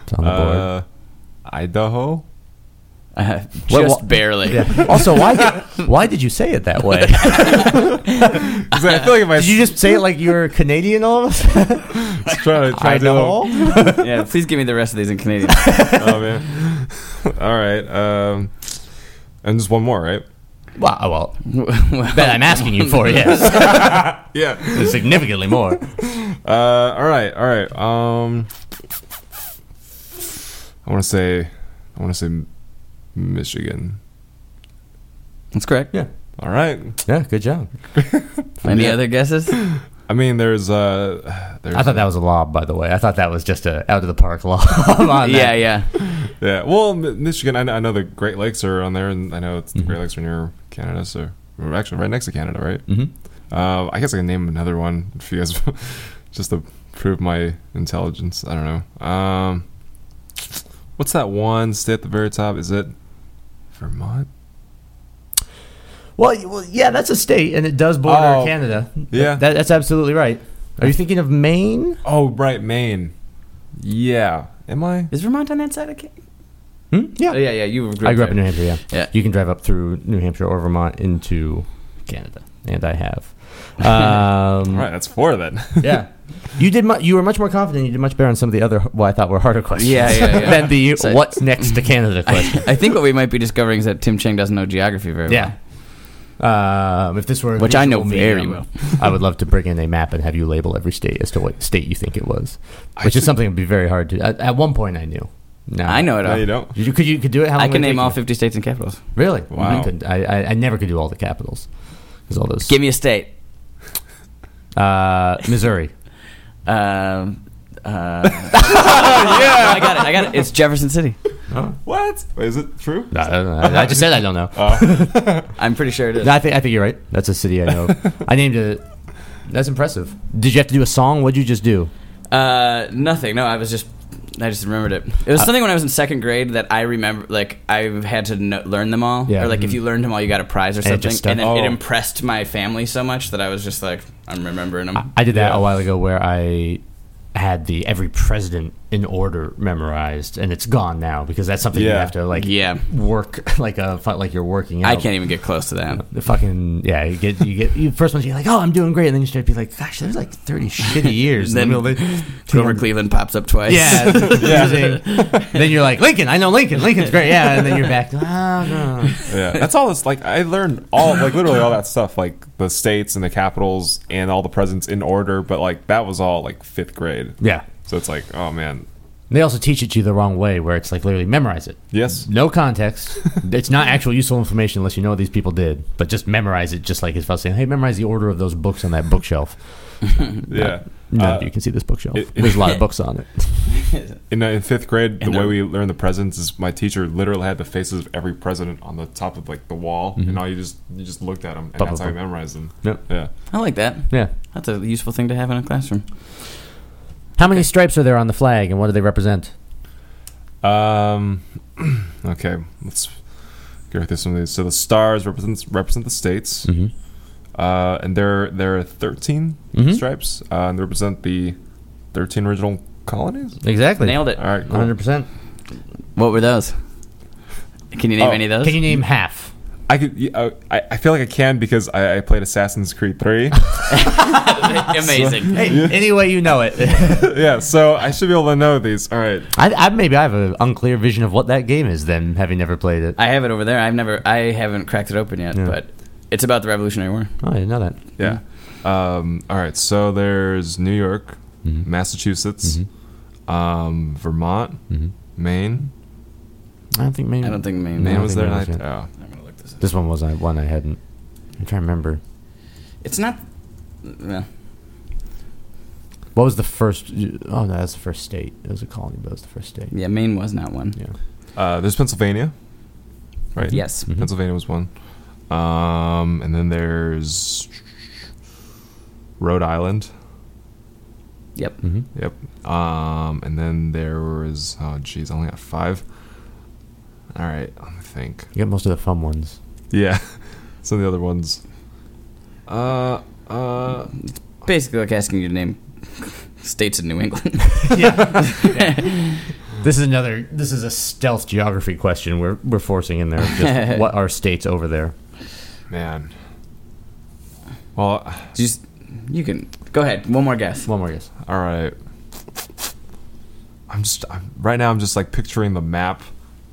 Speaker 4: It's on the board.
Speaker 3: uh, Idaho.
Speaker 2: Uh, just
Speaker 4: Well, well-
Speaker 2: barely.
Speaker 4: Yeah. Also, why did, why did you say it that way?
Speaker 3: 'Cause I feel like if I
Speaker 4: Did you just say it like you're Canadian all of a sudden?
Speaker 3: try to try to do a-
Speaker 2: yeah. Please give me the rest of these in Canadian.
Speaker 3: oh man. All right. Um, and just one more, right?
Speaker 4: Well, oh, well,
Speaker 2: well,
Speaker 4: that I'm asking you for, yes.
Speaker 3: Yeah.
Speaker 4: Significantly more.
Speaker 3: Uh, all right. All right. Um, I want to say, I want to say, Michigan.
Speaker 2: that's correct.
Speaker 4: Yeah.
Speaker 3: All right.
Speaker 4: Yeah, good job.
Speaker 2: Any
Speaker 3: Yeah.
Speaker 2: other guesses?
Speaker 3: I mean, there's uh, there's
Speaker 4: I thought that was a lob, by the way. I thought that was just a out of the park lob. on
Speaker 2: yeah,
Speaker 4: that.
Speaker 2: yeah.
Speaker 3: yeah. Well, M- Michigan. I know, I know the Great Lakes are on there, and I know it's the Great
Speaker 4: Mm-hmm.
Speaker 3: Lakes are near Canada, so we're actually right next to Canada, right?
Speaker 4: Mhm.
Speaker 3: Uh, I guess I can name another one if you guys just to prove my intelligence. I don't know. Um, what's that one state at the very top? Is it Vermont?
Speaker 4: Well, y- well, yeah, that's a state, and it does border
Speaker 3: Oh,
Speaker 4: Canada.
Speaker 3: yeah.
Speaker 4: That, that's absolutely right. Are you thinking of Maine?
Speaker 3: Oh, right, Maine. Yeah. Am I?
Speaker 2: Is Vermont on that side of Canada?
Speaker 4: Hmm? Yeah.
Speaker 3: Uh,
Speaker 2: Oh, yeah, yeah. You grew
Speaker 4: I grew
Speaker 2: there.
Speaker 4: up in New Hampshire. Yeah.
Speaker 2: Yeah.
Speaker 4: You can drive up through New Hampshire or Vermont into Canada, and I have. Um,
Speaker 3: All right, that's four then.
Speaker 4: Yeah. You did. Mu- you were much more confident. You did much better on some of the other, what I thought were harder questions.
Speaker 2: Yeah, yeah, yeah.
Speaker 4: than the
Speaker 2: So-
Speaker 4: what's next to Canada question.
Speaker 2: I think what we might be discovering is that Tim Chang doesn't know geography very
Speaker 4: yeah.
Speaker 2: well.
Speaker 4: Um, if this were a
Speaker 2: Which I know
Speaker 4: visual
Speaker 2: very
Speaker 4: medium,
Speaker 2: well.
Speaker 4: I would love to bring in a map and have you label every state as to what state you think it was,
Speaker 3: I
Speaker 4: which
Speaker 3: should-
Speaker 4: is something that would be very hard to. At, at one point, I knew. No,
Speaker 2: I know it
Speaker 3: no,
Speaker 2: all.
Speaker 3: you don't.
Speaker 4: Did you, could you could do it?
Speaker 2: I
Speaker 4: How long
Speaker 2: can
Speaker 4: would it
Speaker 2: name
Speaker 4: take
Speaker 2: all
Speaker 4: you?
Speaker 2: 50 states and capitals.
Speaker 4: Really?
Speaker 3: Wow.
Speaker 4: I, couldn't- I, I, I never could do all the capitals. 'Cause all those.
Speaker 2: Give me a state.
Speaker 4: uh, Missouri.
Speaker 2: Um, uh, yeah. I got it. I got it. It's Jefferson City.
Speaker 3: What? Wait, is it true?
Speaker 4: No, I, don't know. I- I just said I don't know.
Speaker 3: Uh,
Speaker 2: I'm pretty sure it is.
Speaker 4: No, I think I think you're right. That's a city I know. I named it. That's impressive. Did you have to do a song? What'd you just do?
Speaker 2: Uh, nothing. No, I was just. I just remembered it. It was
Speaker 4: Uh,
Speaker 2: something when I was in second grade that I remember. Like I had to kno learn them all,
Speaker 4: Yeah. Mm-hmm.
Speaker 2: or like if you learned them all, you got a prize or
Speaker 4: And it
Speaker 2: something.
Speaker 4: just stuck.
Speaker 2: And then it
Speaker 3: Oh.
Speaker 2: impressed my family so much that I was just like, I'm remembering them.
Speaker 4: I did that
Speaker 3: Yeah.
Speaker 4: a while ago where I had the every president in order memorized, and it's gone now because that's something you
Speaker 3: Yeah.
Speaker 4: have to like
Speaker 2: Yeah.
Speaker 4: work like a fu- like you're working. Out.
Speaker 2: I can't even get close to that.
Speaker 4: The fucking yeah, you get you get you first ones you're like oh I'm doing great, and then you start to be like gosh there's like thirty shitty years. in
Speaker 2: Then
Speaker 4: the middle of the-
Speaker 2: Grover Cleveland pops up twice.
Speaker 4: Yeah. yeah. then you're like Lincoln. I know Lincoln. Lincoln's great. Yeah. And then you're back. Oh, no.
Speaker 3: Yeah, that's all. This like I learned all like literally all that stuff, like the states and the capitals and all the presidents in order. But like that was all like fifth grade.
Speaker 4: Yeah.
Speaker 3: So it's like, oh man,
Speaker 4: They also teach it to you the wrong way, where it's like literally memorize it.
Speaker 3: yes,
Speaker 4: No context. it's not actual useful information unless you know what these people did. But just memorize it, just like if I was saying, "Hey, memorize the order of those books on that bookshelf."
Speaker 3: yeah.
Speaker 4: None
Speaker 3: Uh,
Speaker 4: of you can see this bookshelf.
Speaker 3: it-
Speaker 4: There's a lot of books on it.
Speaker 3: in, uh, in fifth grade, the
Speaker 2: And
Speaker 3: way
Speaker 2: they're-
Speaker 3: we learned the presidents is my teacher literally had the faces of every president on the top of like the wall, and all you just you just looked at Mm-hmm. them, and
Speaker 4: Bum,
Speaker 3: that's
Speaker 4: bum,
Speaker 3: how you
Speaker 4: bum.
Speaker 3: memorized them.
Speaker 4: Yep.
Speaker 3: Yeah.
Speaker 2: I like that.
Speaker 4: Yeah.
Speaker 2: That's a useful thing to have in a classroom.
Speaker 4: How many stripes are there on the flag, and what do they represent?
Speaker 3: Um. Okay, let's go through some of these. So the stars represents represent the states,
Speaker 4: Mm-hmm.
Speaker 3: uh, and there there are 13
Speaker 4: Mhm.
Speaker 3: stripes, uh, and they represent the thirteen original colonies.
Speaker 4: Exactly.
Speaker 2: Nailed it.
Speaker 3: All right,
Speaker 4: One hundred
Speaker 3: cool.
Speaker 4: percent.
Speaker 2: What were those? Can you name
Speaker 3: Oh,
Speaker 2: any of those?
Speaker 4: Can you name half?
Speaker 3: I could. yeah, uh, I, I feel like I can because I, I played Assassin's Creed three.
Speaker 2: Amazing.
Speaker 4: Hey, any way you know it.
Speaker 3: yeah, so I should be able to know these. All right.
Speaker 4: I, I maybe I have an unclear vision of what that game is. Then, having never played it, Oh,
Speaker 2: I have it over there. I've never, I haven't cracked it open yet,
Speaker 4: Yeah.
Speaker 2: but it's about the Revolutionary War.
Speaker 4: oh, I didn't know that.
Speaker 3: Yeah.
Speaker 4: Mm-hmm.
Speaker 3: Um, all right. So there's New York,
Speaker 4: Mm-hmm.
Speaker 3: Massachusetts, um, Vermont, Maine.
Speaker 4: Mm-hmm. I don't think maybe
Speaker 2: I don't think Maine.
Speaker 4: I
Speaker 3: Maine
Speaker 4: don't
Speaker 3: was
Speaker 4: think
Speaker 3: there.
Speaker 4: Maine was
Speaker 3: and I- oh.
Speaker 2: I'm gonna look this up.
Speaker 4: this one was I one I hadn't. I'm trying to remember.
Speaker 2: It's not. Well,
Speaker 4: What was the first? Oh no, that's the first state. It was a colony, but it was the first state.
Speaker 2: yeah, Maine was not one.
Speaker 4: Yeah.
Speaker 3: Uh, there's Pennsylvania, right?
Speaker 2: Yes.
Speaker 4: Mhm.
Speaker 3: Pennsylvania was one. Um, and then there's Rhode Island.
Speaker 2: Yep.
Speaker 4: Mm-hmm.
Speaker 3: Yep. Um, and then there was oh geez, I only got five. All right, let me think.
Speaker 4: You got most of the fun ones.
Speaker 3: Yeah, some of the other ones. Uh, uh,
Speaker 2: Basically, like asking you to name states in New England.
Speaker 4: yeah. This is another. This is a stealth geography question. We're we're forcing in there. Just what are states over there?
Speaker 3: man. Well,
Speaker 2: Just you can go ahead. One more guess.
Speaker 4: One more guess.
Speaker 3: all right. I'm just I'm, right now. I'm just like picturing the map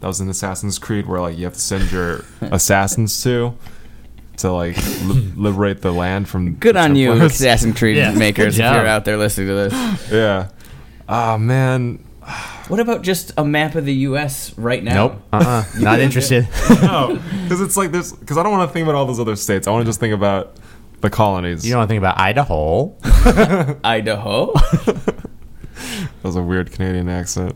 Speaker 3: that was in Assassin's Creed, where like you have to send your assassins to to like li- liberate the land from.
Speaker 2: Good
Speaker 3: the
Speaker 2: on you,
Speaker 3: Templars.
Speaker 2: Assassin's Creed
Speaker 4: Yeah.
Speaker 2: makers.
Speaker 4: Good
Speaker 2: If you're
Speaker 4: job.
Speaker 2: out there listening to this,
Speaker 3: Yeah. Ah man.
Speaker 2: what about just a map of the U.S. right now?
Speaker 4: Uh-uh. Not interested.
Speaker 3: No, because it's like there's because I don't want to think about all those other states. I want to just think about the colonies.
Speaker 4: You know anything about Idaho?
Speaker 2: Idaho.
Speaker 3: that was a weird Canadian accent.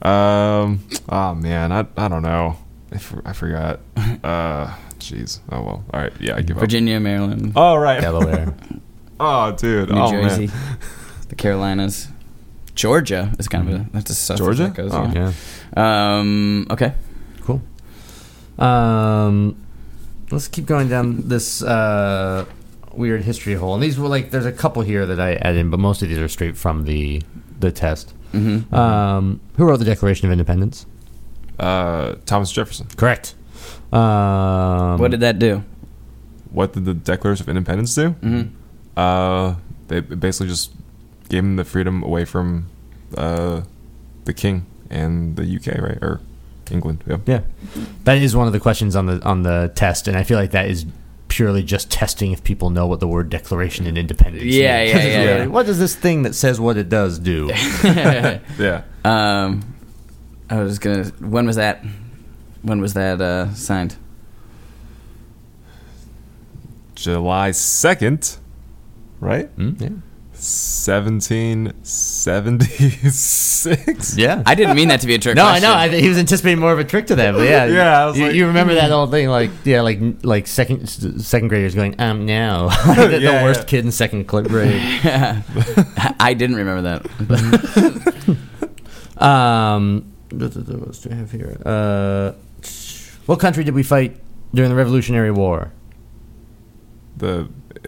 Speaker 3: Um. Oh man, I I don't know. I, for, I forgot. Uh. Jeez. Oh well. All right. Yeah, I give up.
Speaker 2: Virginia, Maryland,
Speaker 3: Oh right.
Speaker 4: Delaware.
Speaker 3: Oh dude.
Speaker 2: New
Speaker 3: oh
Speaker 2: Jersey,
Speaker 3: man.
Speaker 2: the Carolinas, Georgia is kind of a
Speaker 4: Mm-hmm.
Speaker 2: that's a suffix
Speaker 3: Georgia?
Speaker 2: that goes.
Speaker 3: Oh.
Speaker 2: yeah. Um. Okay.
Speaker 4: Cool. Um, let's keep going down this uh, weird history hole. And these were like, there's a couple here that I added in, but most of these are straight from the the test.
Speaker 2: Mm-hmm.
Speaker 4: Um, who wrote the Declaration of Independence?
Speaker 3: Uh. Thomas Jefferson.
Speaker 4: Correct. Um,
Speaker 2: what did that do?
Speaker 3: What did the Declaration of Independence do?
Speaker 2: Mm-hmm.
Speaker 3: Uh. They basically just gave him the freedom away from, uh, the king and the UK, right or England. Yeah.
Speaker 4: Yeah, that is one of the questions on the on the test, and I feel like that is purely just testing if people know what the word Declaration of Independence.
Speaker 2: Yeah,
Speaker 4: means.
Speaker 2: yeah, yeah,
Speaker 4: It's
Speaker 2: yeah.
Speaker 4: like, What does this thing that says what it does do?
Speaker 3: Yeah.
Speaker 2: Um, I was gonna. When was that? When was that uh, signed?
Speaker 3: July 2nd, right?
Speaker 4: Hmm? Yeah.
Speaker 3: 1776.
Speaker 4: yeah.
Speaker 2: I didn't mean that to be a trick.
Speaker 4: No, I
Speaker 2: question.
Speaker 4: know. I, he was anticipating more of a trick to that, but yeah,
Speaker 3: Yeah, I was
Speaker 4: you,
Speaker 3: like- hmm.
Speaker 4: you remember that whole thing, like yeah, like like second second graders going, um, no, the, the
Speaker 3: Yeah,
Speaker 4: worst
Speaker 3: yeah.
Speaker 4: kid in second cl- grade.
Speaker 2: I, I didn't remember that.
Speaker 4: um, what else do I have here? Uh, what country did we fight during the Revolutionary War?
Speaker 3: The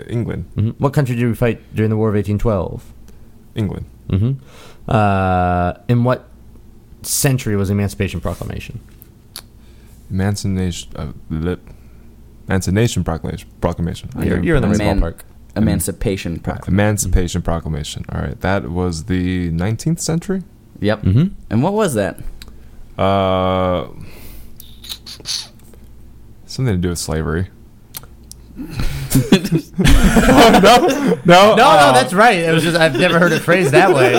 Speaker 3: England.
Speaker 4: hmm What country did we fight during the War of eighteen twelve?
Speaker 3: England.
Speaker 4: Mm-hmm. Uh, in what century was the Emancipation Proclamation?
Speaker 3: Emancipation. Uh, lip. Emancipation Proclamation. Proclamation. I
Speaker 4: You're,
Speaker 3: can't
Speaker 4: you're in the right
Speaker 3: pronounce
Speaker 2: Man-
Speaker 4: ballpark.
Speaker 2: Emancipation
Speaker 3: it.
Speaker 2: Proclamation.
Speaker 3: Emancipation Proclamation. All right. That was the 19th century?
Speaker 2: Yep.
Speaker 4: Mm-hmm.
Speaker 2: And what was that?
Speaker 3: Uh. Something to do with slavery. no, no,
Speaker 4: No, no, that's right. It was just I've never heard it phrased that way.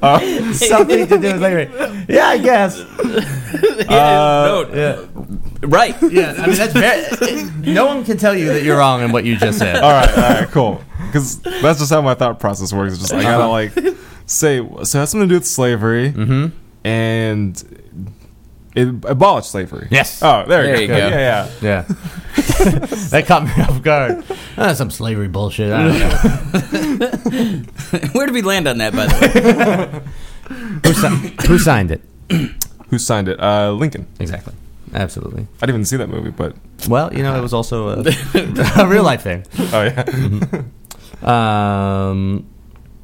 Speaker 4: Uh, Something to do with slavery. Yeah, I guess.
Speaker 3: Uh,
Speaker 4: Yeah,
Speaker 2: Right.
Speaker 4: yeah. I mean, that's very. No one can tell you that you're wrong in what you just said.
Speaker 3: all right, all right, cool. Because that's just how my thought process works. It's just I gotta like say so. It has something to do with slavery,
Speaker 4: Mm-hmm.
Speaker 3: and it abolished slavery.
Speaker 4: Yes.
Speaker 3: Oh, there,
Speaker 2: There
Speaker 3: you
Speaker 2: you
Speaker 3: go.
Speaker 2: go.
Speaker 3: Yeah, yeah.
Speaker 4: Yeah. that caught me off guard. Ah, some slavery bullshit. I don't know.
Speaker 2: Where did we land on that, by the way?
Speaker 4: who, si- who signed it?
Speaker 3: Who signed it? Uh, Lincoln.
Speaker 4: Exactly. Absolutely.
Speaker 3: I didn't even see that movie, but
Speaker 4: Well, you know, it was also a, a real life thing.
Speaker 3: oh yeah.
Speaker 4: Um,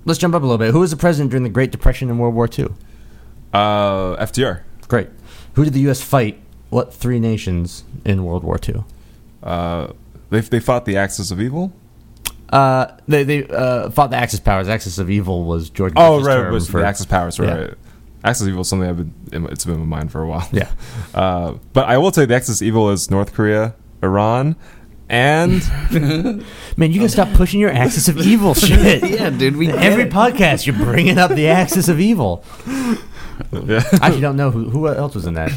Speaker 4: let's jump up a little bit. Who was the president during the Great Depression and World War II?
Speaker 3: Uh, FDR.
Speaker 4: Great. Who did the U.S. fight? What three nations in World War II?
Speaker 3: Uh, they they fought the Axis of Evil.
Speaker 4: Uh, they they uh, fought the Axis powers. Axis of evil was George.
Speaker 3: Oh
Speaker 4: Bush's
Speaker 3: right,
Speaker 4: term
Speaker 3: it was
Speaker 4: for-
Speaker 3: the Axis powers. Right.
Speaker 4: Yeah.
Speaker 3: right. Axis of Evil is something I've been in- it's been in my mind for a while.
Speaker 4: Yeah.
Speaker 3: Uh, but I will say the Axis of Evil is North Korea, Iran, and
Speaker 4: Man, you gotta stop pushing your Axis of evil shit.
Speaker 2: yeah, dude. We
Speaker 4: Every podcast, you're bringing up the Axis of evil.
Speaker 3: yeah.
Speaker 4: I actually don't know who who else was in that.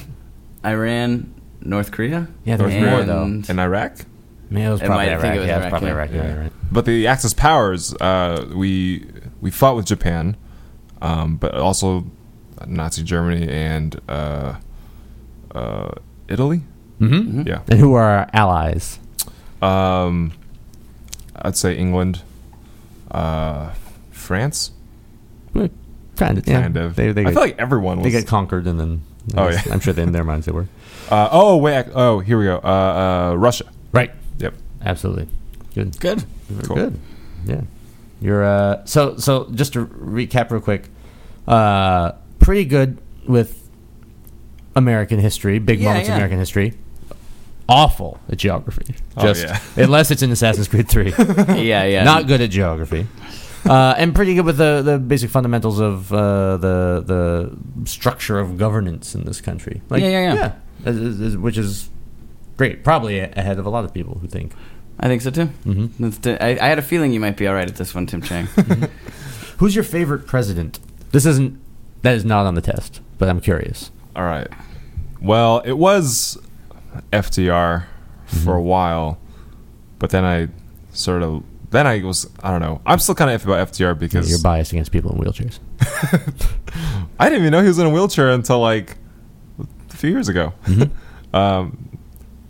Speaker 2: Iran, North Korea.
Speaker 4: Yeah, there was
Speaker 3: North
Speaker 4: more
Speaker 3: Korea
Speaker 4: though.
Speaker 2: And-
Speaker 3: and Iraq.
Speaker 4: Yeah, it was
Speaker 2: It
Speaker 4: probably
Speaker 2: might- I
Speaker 4: Iraq.
Speaker 2: think it was
Speaker 4: yeah, it was
Speaker 2: Iraq,
Speaker 4: probably
Speaker 2: yeah.
Speaker 4: Iraq. Yeah, right.
Speaker 3: But the Axis powers, uh, we we fought with Japan, um, but also Nazi Germany and uh, uh, Italy.
Speaker 4: Mm-hmm.
Speaker 3: Yeah,
Speaker 4: And who are our allies?
Speaker 3: um, I'd say England, uh, France,
Speaker 4: Hmm, Kind of.
Speaker 3: kind of. I feel like everyone
Speaker 4: they
Speaker 3: was.
Speaker 4: get conquered and then. I
Speaker 3: Oh,
Speaker 4: guess-
Speaker 3: yeah.
Speaker 4: I'm sure they, in their minds they were.
Speaker 3: uh, oh wait, ac- oh here we go. Uh, uh, Russia.
Speaker 4: Right.
Speaker 3: Yep.
Speaker 4: Absolutely. Good.
Speaker 2: Good.
Speaker 3: Cool.
Speaker 4: Good. Yeah. You're uh so so just to recap real quick. Uh pretty good with American history, big
Speaker 2: Yeah,
Speaker 4: moments in
Speaker 2: yeah.
Speaker 4: American history. Awful at geography.
Speaker 3: Oh,
Speaker 4: Just
Speaker 3: yeah.
Speaker 4: unless it's in Assassin's Creed 3.
Speaker 2: Yeah, yeah.
Speaker 4: Not good at geography. Uh, and pretty good with the, the basic fundamentals of uh, the the structure of governance in this country.
Speaker 2: Yeah, yeah, yeah.
Speaker 4: As- as- as- which is great. Probably a- ahead of a lot of people who think.
Speaker 2: I think so too.
Speaker 4: Mm-hmm.
Speaker 2: That's the- I, I had a feeling you might be all right at this one, Tim Chang.
Speaker 4: Who's your favorite president? This isn't that is not on the test, but I'm curious.
Speaker 3: All right. Well, it was FDR
Speaker 4: Mm-hmm.
Speaker 3: for a while, but then I sort of then I was I don't know. I'm still kind of iffy about FDR because
Speaker 4: You're biased against people in wheelchairs.
Speaker 3: I didn't even know he was in a wheelchair until like a few years ago.
Speaker 4: Mm-hmm.
Speaker 3: um,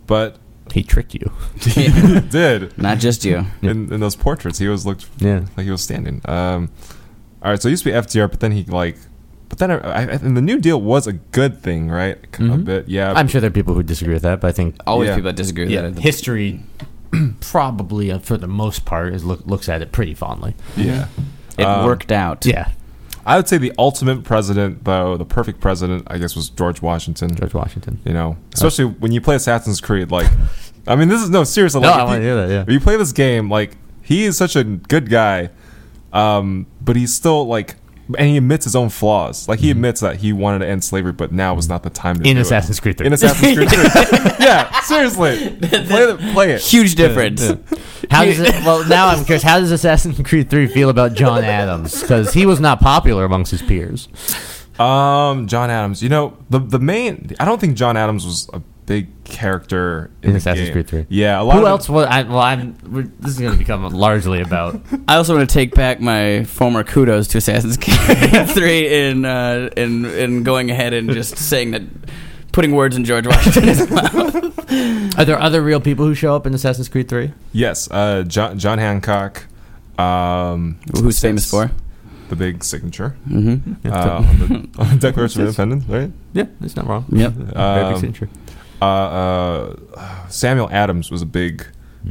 Speaker 3: but
Speaker 4: He tricked you.
Speaker 3: he did
Speaker 2: Not just you.
Speaker 3: in, in those portraits. He was looked
Speaker 4: Yeah.
Speaker 3: like he was standing. Um, all right, so it used to be FDR, but then he like, but then I, I, and the New Deal was a good thing, right? A
Speaker 4: Mhm.
Speaker 3: bit, yeah.
Speaker 4: I'm sure there are people who disagree with that, but I think
Speaker 2: Always
Speaker 3: Yeah.
Speaker 2: people that disagree with that.
Speaker 4: history probably uh, for the most part is look, looks at it pretty fondly.
Speaker 3: yeah.
Speaker 2: It
Speaker 3: Um,
Speaker 2: worked out.
Speaker 4: Yeah,
Speaker 3: I would say the ultimate president, though, the perfect president, I guess, was George Washington.
Speaker 4: George Washington.
Speaker 3: You know, especially when you play Assassin's Creed. Like, I mean, this is no seriously.
Speaker 4: No,
Speaker 3: like,
Speaker 4: I
Speaker 3: if
Speaker 4: want to
Speaker 3: you-
Speaker 4: hear that.
Speaker 3: if
Speaker 4: Yeah,
Speaker 3: you play this game, like he is such a good guy, um, but he's still like, and he admits his own flaws. Like he admits that he wanted to end slavery, but now was not the time to
Speaker 4: Mm-hmm. in
Speaker 3: do it.
Speaker 4: Assassin's Creed 3.
Speaker 3: In Assassin's Creed 3. yeah, seriously, play, the, play it.
Speaker 2: Huge difference.
Speaker 4: How does it, well now I'm curious. How does Assassin's Creed 3 feel about John Adams? Because he was not popular amongst his peers.
Speaker 3: Um, John Adams. You know the the main. I don't think John Adams was a big character in,
Speaker 4: In
Speaker 3: the
Speaker 4: Assassin's
Speaker 3: game.
Speaker 4: Creed 3.
Speaker 3: Yeah, a lot.
Speaker 4: Who
Speaker 3: of
Speaker 4: else? Was, I, well, I'm. We're, this is going to become largely about
Speaker 2: I also want to take back my former kudos to Assassin's Creed 3 in, uh, in, in going ahead and just saying that putting words in George Washington's mouth.
Speaker 4: Are there other real people who show up in Assassin's Creed 3?
Speaker 3: Yes, uh, John John Hancock. Um,
Speaker 2: Who's famous for?
Speaker 3: the big signature
Speaker 2: Mm-hmm.
Speaker 3: uh, on, the, on the Declaration of Independence, right?
Speaker 4: Yeah, that's not wrong.
Speaker 2: Yep.
Speaker 4: Very big
Speaker 3: Um,
Speaker 4: signature.
Speaker 3: uh, uh, Samuel Adams was a big,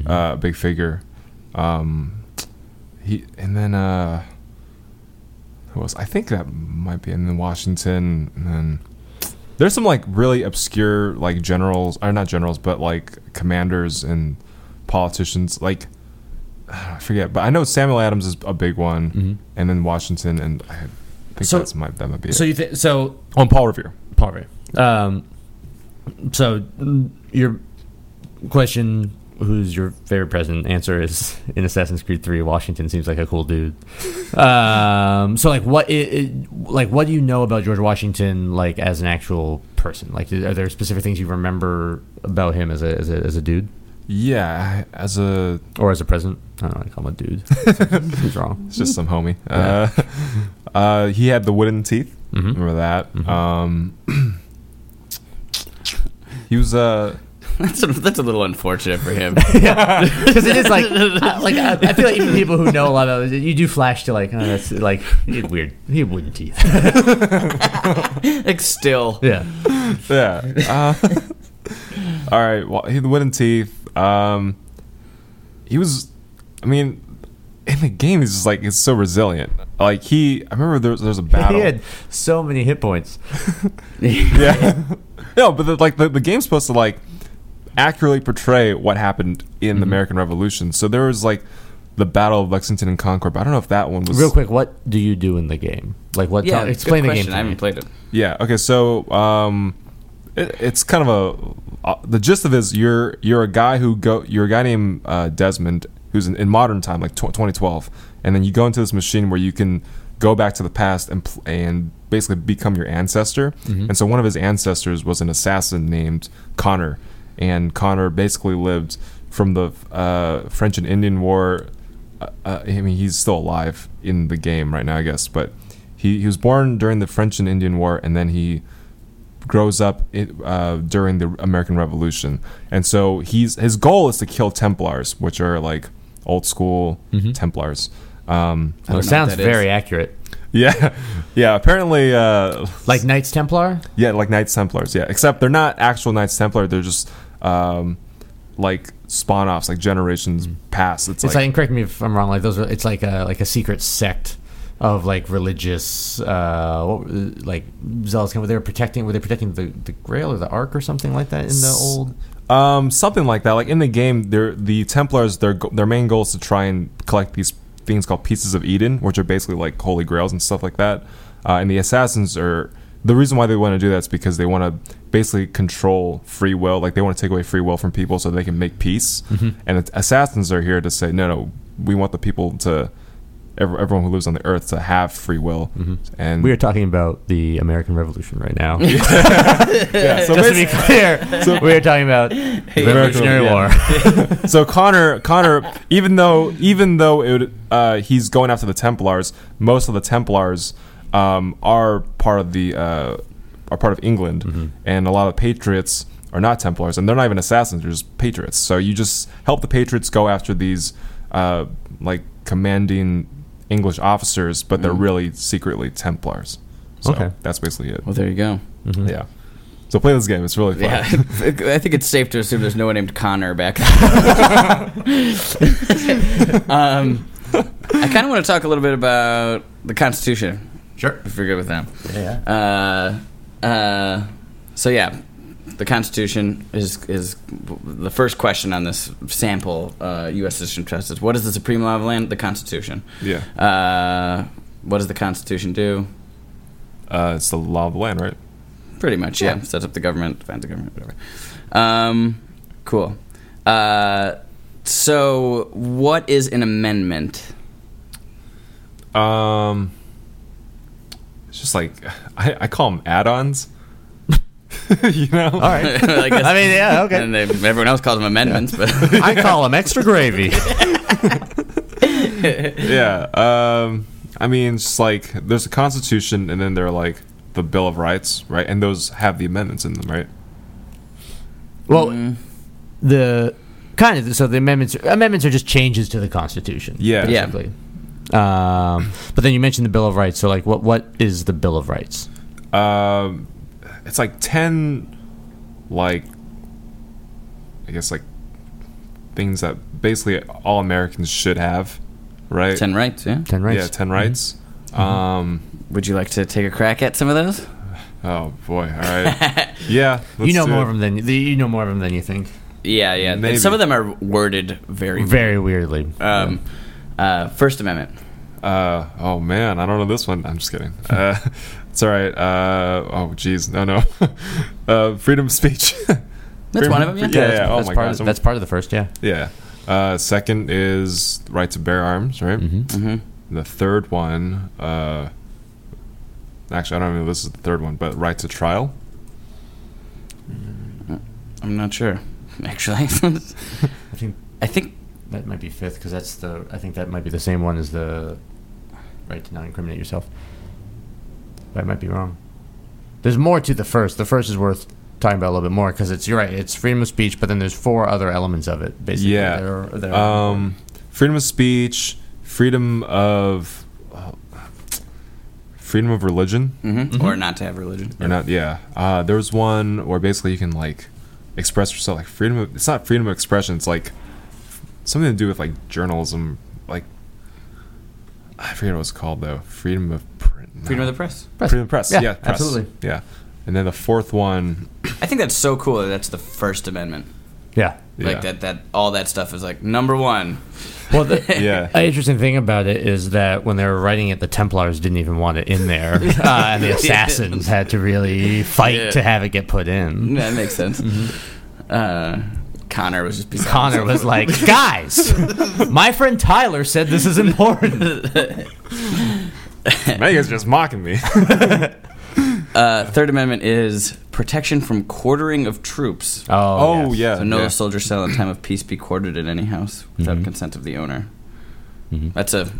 Speaker 3: uh, big figure. Um, he and then uh, who else? I think that might be and then Washington and then there's some like really obscure like generals or not generals but like commanders and politicians like I forget but I know Samuel Adams is a big one and then Washington and I think
Speaker 4: So-
Speaker 3: that's might that might be
Speaker 4: So
Speaker 3: it.
Speaker 4: you think so?
Speaker 3: Oh, and Paul Revere.
Speaker 4: Paul Revere. Um, so mm, your question, who's your favorite president? Answer is in Assassin's Creed Three. Washington seems like a cool dude. um, so like what? i i like what do you know about George Washington? Like as an actual person? Like are there specific things you remember about him as a as a, as a dude
Speaker 3: Yeah, as a
Speaker 4: or as a president? I don't know. I call him a dude. Seems wrong.
Speaker 3: It's just some homie. Uh, uh, he had the wooden teeth.
Speaker 4: Mm-hmm.
Speaker 3: Remember that? Um, he was uh,
Speaker 2: That's, a, that's a little unfortunate for him.
Speaker 4: because it is like, I- like I, I feel like even people who know a lot about it, you do flash to like, oh, that's like he had weird. He had wooden teeth.
Speaker 2: like, still.
Speaker 4: Yeah,
Speaker 3: yeah. Uh, all right. Well, he had the wooden teeth. Um, he was. I mean, in the game, he's just like he's so resilient. Like he, I remember there was, there was a battle.
Speaker 4: he had so many hit points.
Speaker 3: yeah. no, but the, like the, the game's supposed to like accurately portray what happened in
Speaker 4: Mm-hmm.
Speaker 3: the American Revolution. So there was like the Battle of Lexington and Concord. But I don't know if that one was
Speaker 4: Real quick, what do you do in the game? Like, what?
Speaker 2: Yeah,
Speaker 4: tell-
Speaker 2: good
Speaker 4: explain the game.
Speaker 2: question.
Speaker 4: To
Speaker 2: I
Speaker 4: me.
Speaker 2: haven't played it.
Speaker 3: Yeah. Okay. So um, it, it's kind of a uh, the gist of it is you're you're a guy who go you're a guy named uh, Desmond who's in, in modern time like tw- 2012, and then you go into this machine where you can go back to the past and pl- and basically become your ancestor. And so one of his ancestors was an assassin named Connor, and Connor basically lived from the uh, French and Indian War. Uh, uh, I mean, he's still alive in the game right now, I guess, but he, he was born during the French and Indian War, and then he grows up i- uh, during the American Revolution, and so he's his goal is to kill Templars, which are like old school Templars. Um,
Speaker 2: know what
Speaker 4: sounds
Speaker 2: that is.
Speaker 4: very accurate.
Speaker 3: yeah, yeah. Apparently, uh,
Speaker 4: Like Knights Templar?
Speaker 3: yeah, like Knights Templars. Yeah, except they're not actual Knights Templar. They're just um, like spawn offs, like generations past. It's,
Speaker 4: It's like,
Speaker 3: like,
Speaker 4: and correct me if I'm wrong. Like those, are, it's like a like a secret sect of like religious, uh, what, were- like zealots. They were protecting. Were they protecting the the Grail or the Ark or something like that in the old?
Speaker 3: um, something like that. Like in the game, they're, the Templars. Their go- their main goal is to try and collect these things called pieces of Eden, which are basically like holy grails and stuff like that. Uh, and the assassins are the reason why they want to do that is because they want to basically control free will. Like they want to take away free will from people so they can make peace.
Speaker 4: Mm-hmm.
Speaker 3: And the assassins are here to say, no, no, we want the people to. ev- Everyone who lives on the earth to have free will, and
Speaker 4: Mm-hmm. We are talking about the American Revolution right now.
Speaker 3: yeah, so
Speaker 4: Just to
Speaker 3: basi-
Speaker 4: be clear, we are talking about the Revolutionary
Speaker 3: yeah.
Speaker 4: War.
Speaker 3: so Connor, Connor, even though even though it would, uh, he's going after the Templars, most of the Templars um, are part of the uh, are part of England, and a lot of Patriots are not Templars, and they're not even assassins; they're just Patriots. So you just help the Patriots go after these uh, like commanding English officers, but they're really secretly Templars. So
Speaker 4: Okay.
Speaker 3: that's basically it.
Speaker 2: Well, there you go.
Speaker 3: Yeah. So play this game; it's really fun.
Speaker 2: Yeah, I think it's safe to assume there's no one named Connor back. Then. um, I kind of want to talk a little bit about the Constitution,
Speaker 4: Sure.
Speaker 2: if you're good with that.
Speaker 4: Yeah.
Speaker 2: Uh, uh, so yeah, the Constitution is is the first question on this sample uh, U.S. Citizen Trust is what is the supreme law of land? The Constitution.
Speaker 3: Yeah.
Speaker 2: Uh, what does the Constitution do?
Speaker 3: Uh, it's the law of the land, right?
Speaker 2: Pretty much, yeah. Sets up the government, defends the government, whatever. Um, cool. Uh, so, what is an amendment?
Speaker 3: Um, it's just like I, I call them add-ons. you know,
Speaker 4: All right.
Speaker 2: I, guess,
Speaker 4: I mean, yeah, okay.
Speaker 2: and they, everyone else calls them amendments, but
Speaker 4: I call them extra gravy.
Speaker 3: Mm-hmm. yeah. Um, I mean, it's just like there's a constitution, and then there are like the Bill of Rights, right? And those have the amendments in them, right?
Speaker 4: Well, the kind of so the amendments amendments are just changes to the Constitution.
Speaker 3: Yeah.
Speaker 2: Yeah.
Speaker 4: basically. Um, but then you mentioned the Bill of Rights. So like, what what is the Bill of Rights?
Speaker 3: Um, it's like ten, like I guess like things that basically all Americans should have, right?
Speaker 2: ten rights. Yeah.
Speaker 4: Ten rights. Mm-hmm.
Speaker 3: Yeah, ten rights. Um.
Speaker 2: Would you like to take a crack at some of those?
Speaker 3: Oh boy! All right. yeah,
Speaker 4: you know more of
Speaker 3: them.
Speaker 4: them than the, you know more of them than you think.
Speaker 3: Mm-hmm.
Speaker 2: Yeah, yeah. And
Speaker 3: Maybe.
Speaker 2: Some of them are worded very.
Speaker 4: Very weirdly.
Speaker 2: Um, uh, First Amendment.
Speaker 3: Uh, oh man, I don't know this one. I'm just kidding. Uh, it's all right. Uh, oh geez, no, no. uh, freedom of speech.
Speaker 2: That's one of them.
Speaker 3: Yeah,
Speaker 2: Yeah.
Speaker 3: yeah. Oh
Speaker 4: that's
Speaker 3: my
Speaker 4: part
Speaker 3: gosh.
Speaker 4: Of, that's part of the first. Yeah.
Speaker 3: yeah. Uh, second is right to bear arms, right?
Speaker 2: Mm-hmm.
Speaker 3: The third one. Uh, actually, I don't know if this is the third one, but right to trial.
Speaker 2: I'm not sure, actually.
Speaker 4: I think
Speaker 2: I think
Speaker 4: that might be fifth because that's the. I think that might be the same one as the right to not incriminate yourself. But I might be wrong. There's more to the first. The first is worth talking about a little bit more because it's you're right. It's freedom of speech, but then there's four other elements of it. Basically,
Speaker 3: Yeah.
Speaker 4: They're- they're-
Speaker 3: Um, freedom of speech, freedom of, uh, freedom of religion.
Speaker 4: Mm-hmm.
Speaker 2: mhm, or not to have religion.
Speaker 3: or not yeah uh, there was one where basically you can like express yourself like freedom of it's not freedom of expression it's like something to do with like journalism like i forget what it's called though freedom of print no.
Speaker 2: Freedom of the press.
Speaker 4: Press.
Speaker 3: freedom of press yeah,
Speaker 4: Yeah,
Speaker 3: press.
Speaker 4: absolutely.
Speaker 3: yeah and then the fourth one
Speaker 2: I think that's so cool that that's the First Amendment.
Speaker 4: yeah.
Speaker 3: Yeah.
Speaker 2: Like that, that all that stuff is like number one.
Speaker 4: Well, the,
Speaker 3: yeah
Speaker 4: An interesting thing about it is that when they were writing it, the Templars didn't even want it in there, uh, and the assassins had to really fight
Speaker 2: Yeah.
Speaker 4: to have it get put in.
Speaker 2: That makes sense.
Speaker 3: Mm-hmm.
Speaker 2: Uh, Connor was just beside
Speaker 4: Connor was like, "Guys, my friend Tyler said this is important."
Speaker 3: Mega's just mocking me.
Speaker 2: Uh, Third Amendment is protection from quartering of troops.
Speaker 3: Oh, yeah.
Speaker 2: So no
Speaker 3: yeah. Mm-hmm.
Speaker 2: soldier shall in time of peace be quartered at any house without consent of the owner. That's a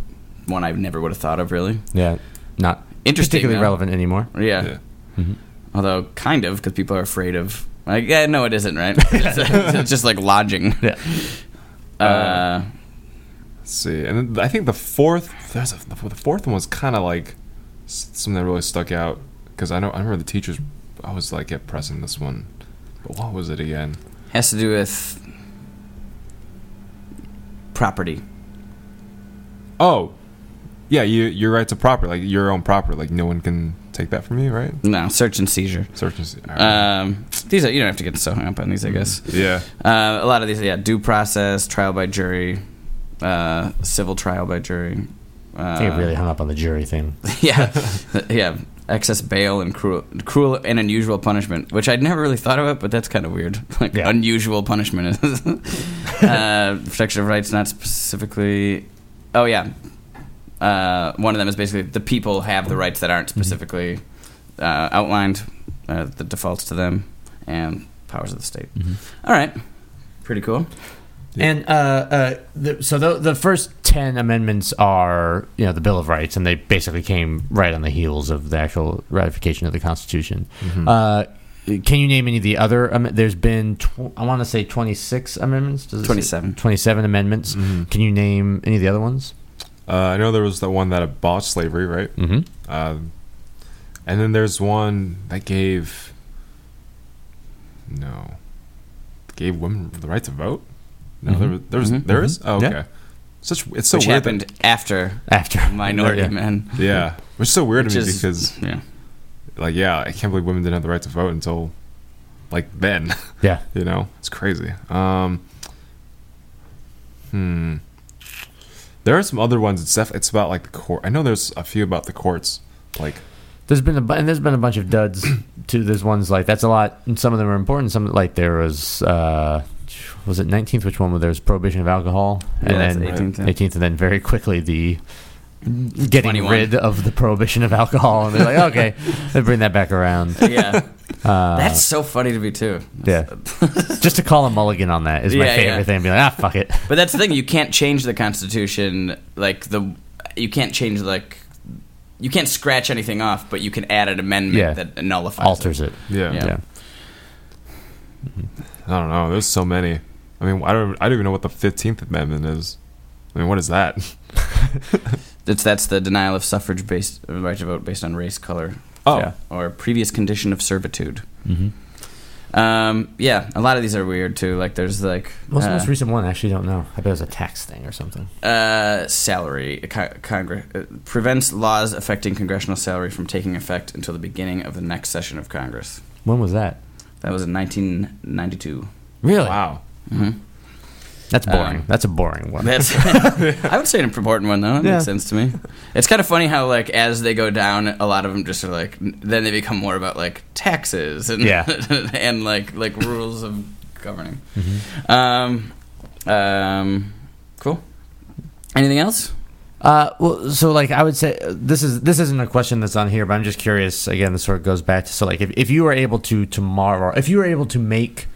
Speaker 2: one I never would have thought of, really.
Speaker 4: Yeah. Not
Speaker 2: Interesting,
Speaker 4: particularly
Speaker 2: though.
Speaker 4: relevant anymore.
Speaker 2: Yeah.
Speaker 3: Yeah.
Speaker 2: Although, kind of, because people are afraid of. Like, yeah, no, it isn't, right? it's, it's just like lodging.
Speaker 4: Yeah.
Speaker 2: Uh,
Speaker 3: Let's see, and then I think the fourth, there's a, the fourth one was kind of like s- something that really stuck out because I know I remember the teachers. I was like, yeah, pressing this one, but what was it again?
Speaker 2: has to do with property.
Speaker 3: Oh, yeah, you your right to property, like your own property, like no one can take that from you, right?
Speaker 2: No, search and seizure.
Speaker 3: Search and see. all right.
Speaker 2: Um, these are, you don't have to get so hung up on these, I guess.
Speaker 3: yeah,
Speaker 2: Uh, a lot of these, yeah, due process, trial by jury, uh, civil trial by jury.
Speaker 4: I think
Speaker 2: Uh,
Speaker 4: it really hung up on the jury thing.
Speaker 2: yeah, yeah, excess bail and cruel, cruel and unusual punishment, which I'd never really thought about, but that's kind of weird. Like
Speaker 4: Yeah.
Speaker 2: unusual punishment is uh, protection of rights, not specifically. Oh yeah, uh, one of them is basically the people have the rights that
Speaker 4: Mm-hmm.
Speaker 2: aren't specifically uh, outlined, uh, the defaults to them, and powers of the state.
Speaker 4: Mm-hmm.
Speaker 2: All right, pretty cool.
Speaker 4: And uh, uh, the, so the, the first ten amendments are you know the Bill of Rights, and they basically came right on the heels of the actual ratification of the Constitution. Uh, can you name any of the other? am there's been tw- I want to say twenty six amendments. Does it say-
Speaker 2: 27.
Speaker 4: 27 amendments. Can you name any of the other ones?
Speaker 3: uh, I know there was the one that abolished slavery, right?
Speaker 4: Mm-hmm.
Speaker 3: Um, and then there's one that gave no gave women the right to vote. No, there was there was
Speaker 2: Mhm.
Speaker 3: there is? Oh, okay.
Speaker 4: Yeah.
Speaker 3: Such it's so
Speaker 2: which
Speaker 3: weird. that-
Speaker 2: happened after
Speaker 4: After
Speaker 2: Minority
Speaker 4: Yeah.
Speaker 2: Men.
Speaker 3: yeah, which is so weird
Speaker 2: Which
Speaker 3: to me
Speaker 2: is-
Speaker 3: because
Speaker 2: yeah.
Speaker 3: like yeah, I can't believe women didn't have the right to vote until like then.
Speaker 4: Yeah.
Speaker 3: you know, it's crazy. Um, hmm. There are some other ones. It's def- it's about like the court. I know there's a few about the courts. Like
Speaker 4: There's been a bu- and there's been a bunch of duds too. There's ones like that's a lot. And some of them are important. Some like there was uh, was it 19th? Which one? There was prohibition of alcohol,
Speaker 2: Yeah, that's Mm-hmm.
Speaker 4: and then
Speaker 2: 18th, yeah.
Speaker 4: 18th, and then very quickly the getting
Speaker 2: 21.
Speaker 4: rid of the prohibition of alcohol. And they're like, okay, they bring that back around.
Speaker 2: yeah.
Speaker 4: Uh,
Speaker 2: That's so funny to me too.
Speaker 4: Yeah, just to call a mulligan on that is my
Speaker 2: Yeah,
Speaker 4: favorite
Speaker 2: yeah.
Speaker 4: thing. Be like, ah, fuck it.
Speaker 2: But that's the thing, you can't change the constitution like the you can't change like you can't scratch anything off, but you can add an amendment
Speaker 4: Yeah.
Speaker 2: that nullifies
Speaker 4: Alters it.
Speaker 3: yeah,
Speaker 2: Yeah.
Speaker 4: Yeah.
Speaker 3: I don't know. There's so many. I mean, I don't. I don't even know what the Fifteenth Amendment is. I mean, what is that?
Speaker 2: it. It's that's the denial of suffrage based uh, right to vote based on race, color,
Speaker 3: Oh,
Speaker 4: Yeah.
Speaker 2: or previous condition of servitude. Mm-hmm. Um, yeah, a lot of these are weird too. Like there's like
Speaker 4: What's the
Speaker 2: uh,
Speaker 4: most recent one? I actually don't know. I bet it was a tax thing or something.
Speaker 2: uh, salary co- Congress uh, prevents laws affecting congressional salary from taking effect until the beginning of the next session of Congress.
Speaker 4: When was that?
Speaker 2: That was in 1992.
Speaker 4: Really?
Speaker 3: wow.
Speaker 4: That's boring.
Speaker 2: Um,
Speaker 4: That's a boring one.
Speaker 2: That's I would say an important one though. That
Speaker 4: Yeah.
Speaker 2: makes sense to me. It's kind of funny how like as they go down, a lot of them just are like then they become more about like taxes and
Speaker 4: Yeah.
Speaker 2: and like like rules of governing.
Speaker 4: Mm-hmm.
Speaker 2: Um, um, cool. Anything else?
Speaker 4: Uh, well, so like I would say uh, this is this isn't a question that's on here, but I'm just curious. Again, this sort of goes back to so like if, if you were able to tomorrow, if you were able to make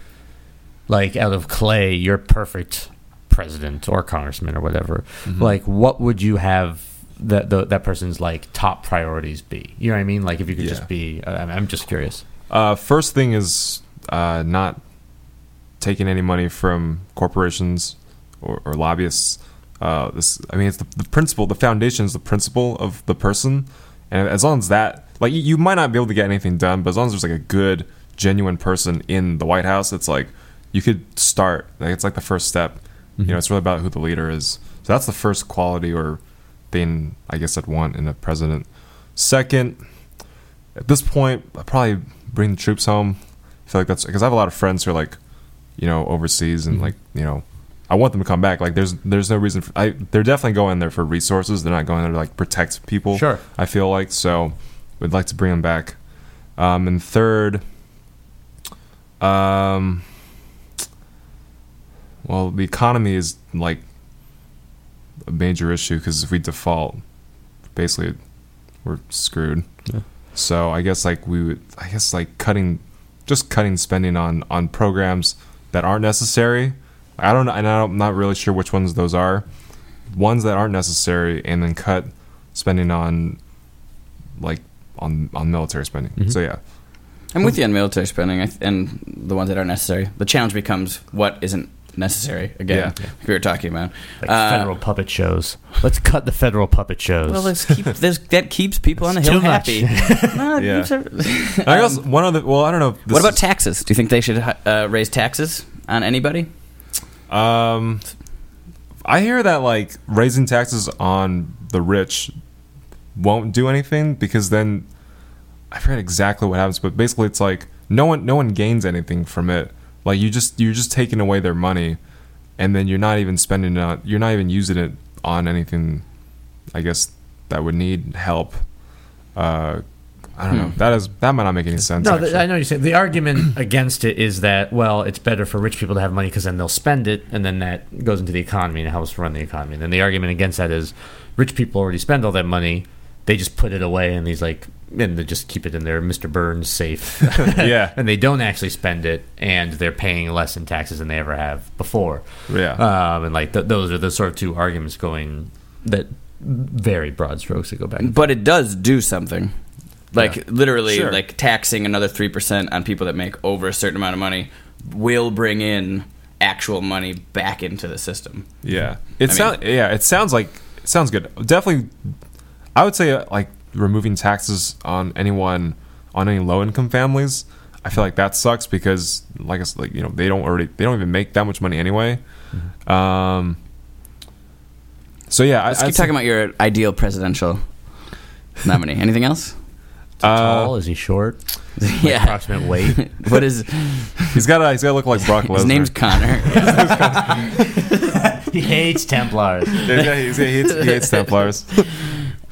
Speaker 4: like out of clay your perfect president or congressman or whatever, like what would you have that the, that person's like top priorities be? You know what I mean? Like if you could
Speaker 3: Yeah.
Speaker 4: just be, uh, I'm- I'm just curious.
Speaker 3: Uh, first thing is uh, not taking any money from corporations or, or lobbyists. Uh, this, I mean, it's the, the principle, the foundation is the principle of the person, and as long as that, like, you, you might not be able to get anything done, but as long as there's like a good, genuine person in the White House, it's like you could start. Like, it's like the first step. You know, it's really about who the leader is. So that's the first quality or thing I guess I'd want in a president. Second, at this point, I probably bring the troops home. I feel like that's because I have a lot of friends who are like, you know, overseas and like, you know, I want them to come back. Like, there's there's no reason. For, I they're definitely going there for resources. They're not going there to like protect people.
Speaker 4: Sure.
Speaker 3: I feel like so. Would like to bring them back. Um, and third, um, well, the economy is like a major issue because if we default, basically we're screwed. So I guess like we would, I guess like cutting, just cutting spending on on programs that aren't necessary. I don't, and I'm not really sure which ones those are. Ones that aren't necessary, and then cut spending on, like on on military spending.
Speaker 2: Mm-hmm.
Speaker 3: So yeah,
Speaker 2: I'm with you on military spending I th- and the ones that are necessary. The challenge becomes what isn't necessary again.
Speaker 3: Yeah.
Speaker 2: Like we were talking about.
Speaker 4: Like
Speaker 2: Uh,
Speaker 4: federal puppet shows. Let's cut the federal puppet shows.
Speaker 2: Well, let's keep there's, that keeps people on the
Speaker 4: It's
Speaker 2: hill
Speaker 4: too much.
Speaker 2: happy. No, it
Speaker 3: Yeah.
Speaker 2: keeps every-
Speaker 3: And I guess one other. Well, I don't know. if this
Speaker 2: Um, what about
Speaker 3: is-
Speaker 2: taxes? Do you think they should uh, raise taxes on anybody?
Speaker 3: Um, I hear that like raising taxes on the rich won't do anything because then I forget exactly what happens, but basically it's like no one no one gains anything from it. Like you just you're just taking away their money, and then you're not even spending it on you're not even using it on anything. I guess that would need help. Uh, I don't know. That is that might not make any sense.
Speaker 4: No,
Speaker 3: actually.
Speaker 4: th I know what you're saying. The argument against it is that well, it's better for rich people to have money because then they'll spend it, and then that goes into the economy and helps run the economy. And then the argument against that is, rich people already spend all that money; they just put it away in these like, and they just keep it in their Mr. Burns safe.
Speaker 3: Yeah.
Speaker 4: and they don't actually spend it, and they're paying less in taxes than they ever have before.
Speaker 3: Yeah.
Speaker 4: um, and like th- those are the sort of two arguments going that very broad strokes that go back. and
Speaker 2: But it does do something. Like
Speaker 3: Yeah.
Speaker 2: literally,
Speaker 3: Sure.
Speaker 2: like taxing another three percent on people that make over a certain amount of money will bring in actual money back into the system.
Speaker 3: Yeah, it
Speaker 2: I
Speaker 3: sounds. Yeah, it sounds like it sounds good. Definitely, I would say uh, like removing taxes on anyone on any low income families. I feel like that sucks because like I s- like you know they don't already they don't even make that much money anyway. Um. So yeah,
Speaker 2: Let's
Speaker 3: I,
Speaker 2: keep talking about your ideal presidential nominee. Anything else?
Speaker 3: Uh,
Speaker 4: tall? Is he short?
Speaker 2: yeah.
Speaker 4: Approximate weight?
Speaker 2: What is
Speaker 3: he's got to he's got to look like Brock Lesnar.
Speaker 2: his name's Connor?
Speaker 4: he hates Templars.
Speaker 3: Yeah, yeah, he's- he hates, he hates Templars.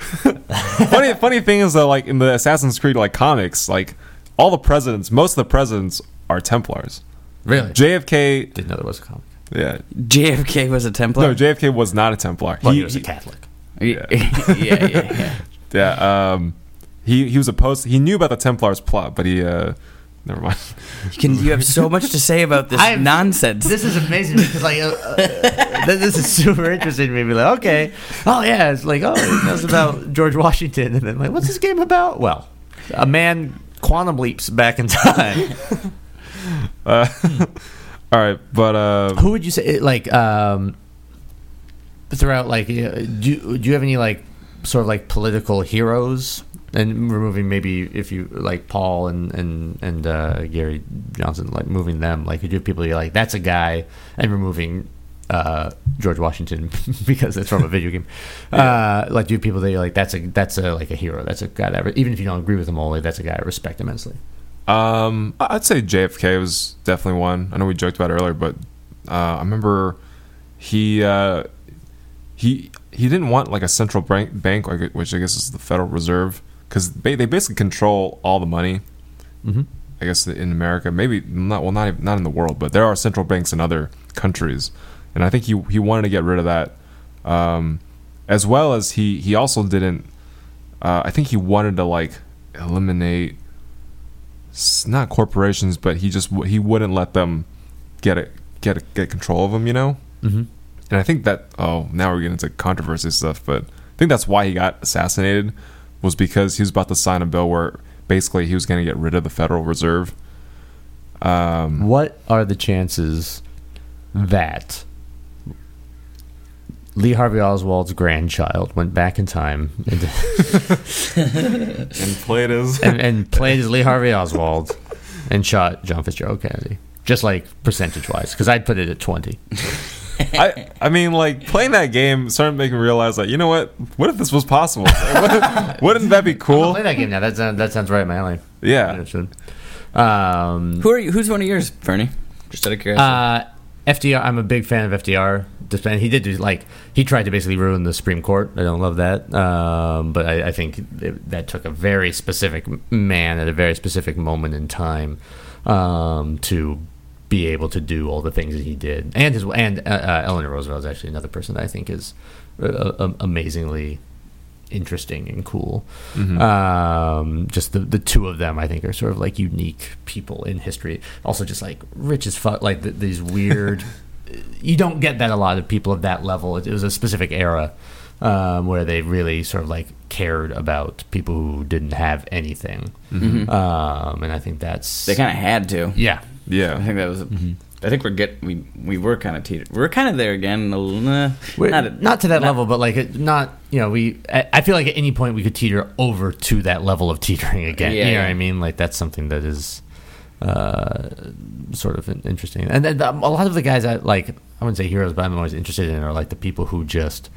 Speaker 3: funny, funny thing is though, like in the Assassin's Creed like comics, like all the presidents, most of the presidents are Templars.
Speaker 4: Really?
Speaker 3: JFK,
Speaker 4: Didn't know there was a comic.
Speaker 3: yeah,
Speaker 2: JFK was a Templar.
Speaker 3: no, JFK was not a Templar.
Speaker 4: Well, he, was a Catholic.
Speaker 2: yeah, yeah, yeah. yeah.
Speaker 3: yeah, um, he he was opposed. He knew about the Templars plot, but he uh, never mind.
Speaker 2: You, can, you have so much to say about this
Speaker 4: I have-
Speaker 2: nonsense.
Speaker 4: This is amazing because like uh, uh, th- this is super interesting to me. Be like, okay, oh yeah, it's like oh, it knows about George Washington, and then like, what's this game about? Well, a man quantum leaps back in time.
Speaker 3: Uh, all right, but uh,
Speaker 4: Who would you say like um throughout like uh, do do you have any like sort of like political heroes? And removing maybe if you like Paul and and and uh, Gary Johnson, like moving them, like you do have people you're like that's a guy, and removing uh, George Washington because it's from a video game. Uh, like do you have people that you're like that's a that's a like a hero, that's a guy that I re- even if you don't agree with him wholly, that's a guy I respect immensely.
Speaker 3: um, I- I'd say JFK was definitely one. I know we joked about it earlier, but uh, I remember he uh, he he didn't want like a central bank, bank like, which I guess is the Federal Reserve, because ba- they basically control all the money. I guess in America, maybe not. Well, not even, not in the world, but there are central banks in other countries, and I think he he wanted to get rid of that, um, as well as he he also didn't. Uh, I think he wanted to like eliminate s- not corporations, but he just w- he wouldn't let them get it get it, get control of them, you know. Mm-hmm. And I think that oh now we're getting into controversy stuff, but I think that's why he got assassinated was because he was about to sign a bill where basically he was going to get rid of the Federal Reserve.
Speaker 4: What are the chances that Lee Harvey Oswald's grandchild went back in time and,
Speaker 3: And play it is
Speaker 4: and, and played as Lee Harvey Oswald and shot John Fitzgerald Kennedy? Just like percentage wise, because I'd put it at 20.
Speaker 3: I I mean like playing that game started making me realize like you know what what if this was possible wouldn't that be cool
Speaker 4: Play that game now. That sounds, that sounds right in my alley.
Speaker 3: yeah
Speaker 4: Um,
Speaker 2: Who are you? Who's one of yours, Bernie? Just out of curiosity.
Speaker 4: uh, FDR, I'm a big fan of FDR. Despite- He did do, like, he tried to basically ruin the Supreme Court. I don't love that. Um, but I, I think it, that took a very specific man at a very specific moment in time um, to be able to do all the things that he did. And his and uh, uh, Eleanor Roosevelt is actually another person that I think is uh, uh, amazingly interesting and cool. Um, just the the two of them, I think, are sort of like unique people in history. Also, just like rich as fuck, like th- these weird. you don't get that a lot of people of that level. It, it was a specific era um, where they really sort of like cared about people who didn't have anything, um, and I think that's
Speaker 2: They kind of had to.
Speaker 4: yeah.
Speaker 2: I
Speaker 3: Yeah.
Speaker 2: think that was.
Speaker 4: Mm-hmm.
Speaker 2: I think we're get we we were kind of teeter. We're kind of there again. a little, nah,
Speaker 4: We're,
Speaker 2: not
Speaker 4: not,
Speaker 2: a-
Speaker 4: to that level, but like it- not you know we. I, I feel like at any point we could teeter over to that level of teetering again.
Speaker 2: Yeah,
Speaker 4: you know
Speaker 2: yeah.
Speaker 4: what I mean? Like that's something that is uh, sort of in- interesting. And then um, a lot of the guys I like, I wouldn't say heroes, but I'm always interested in are like the people who just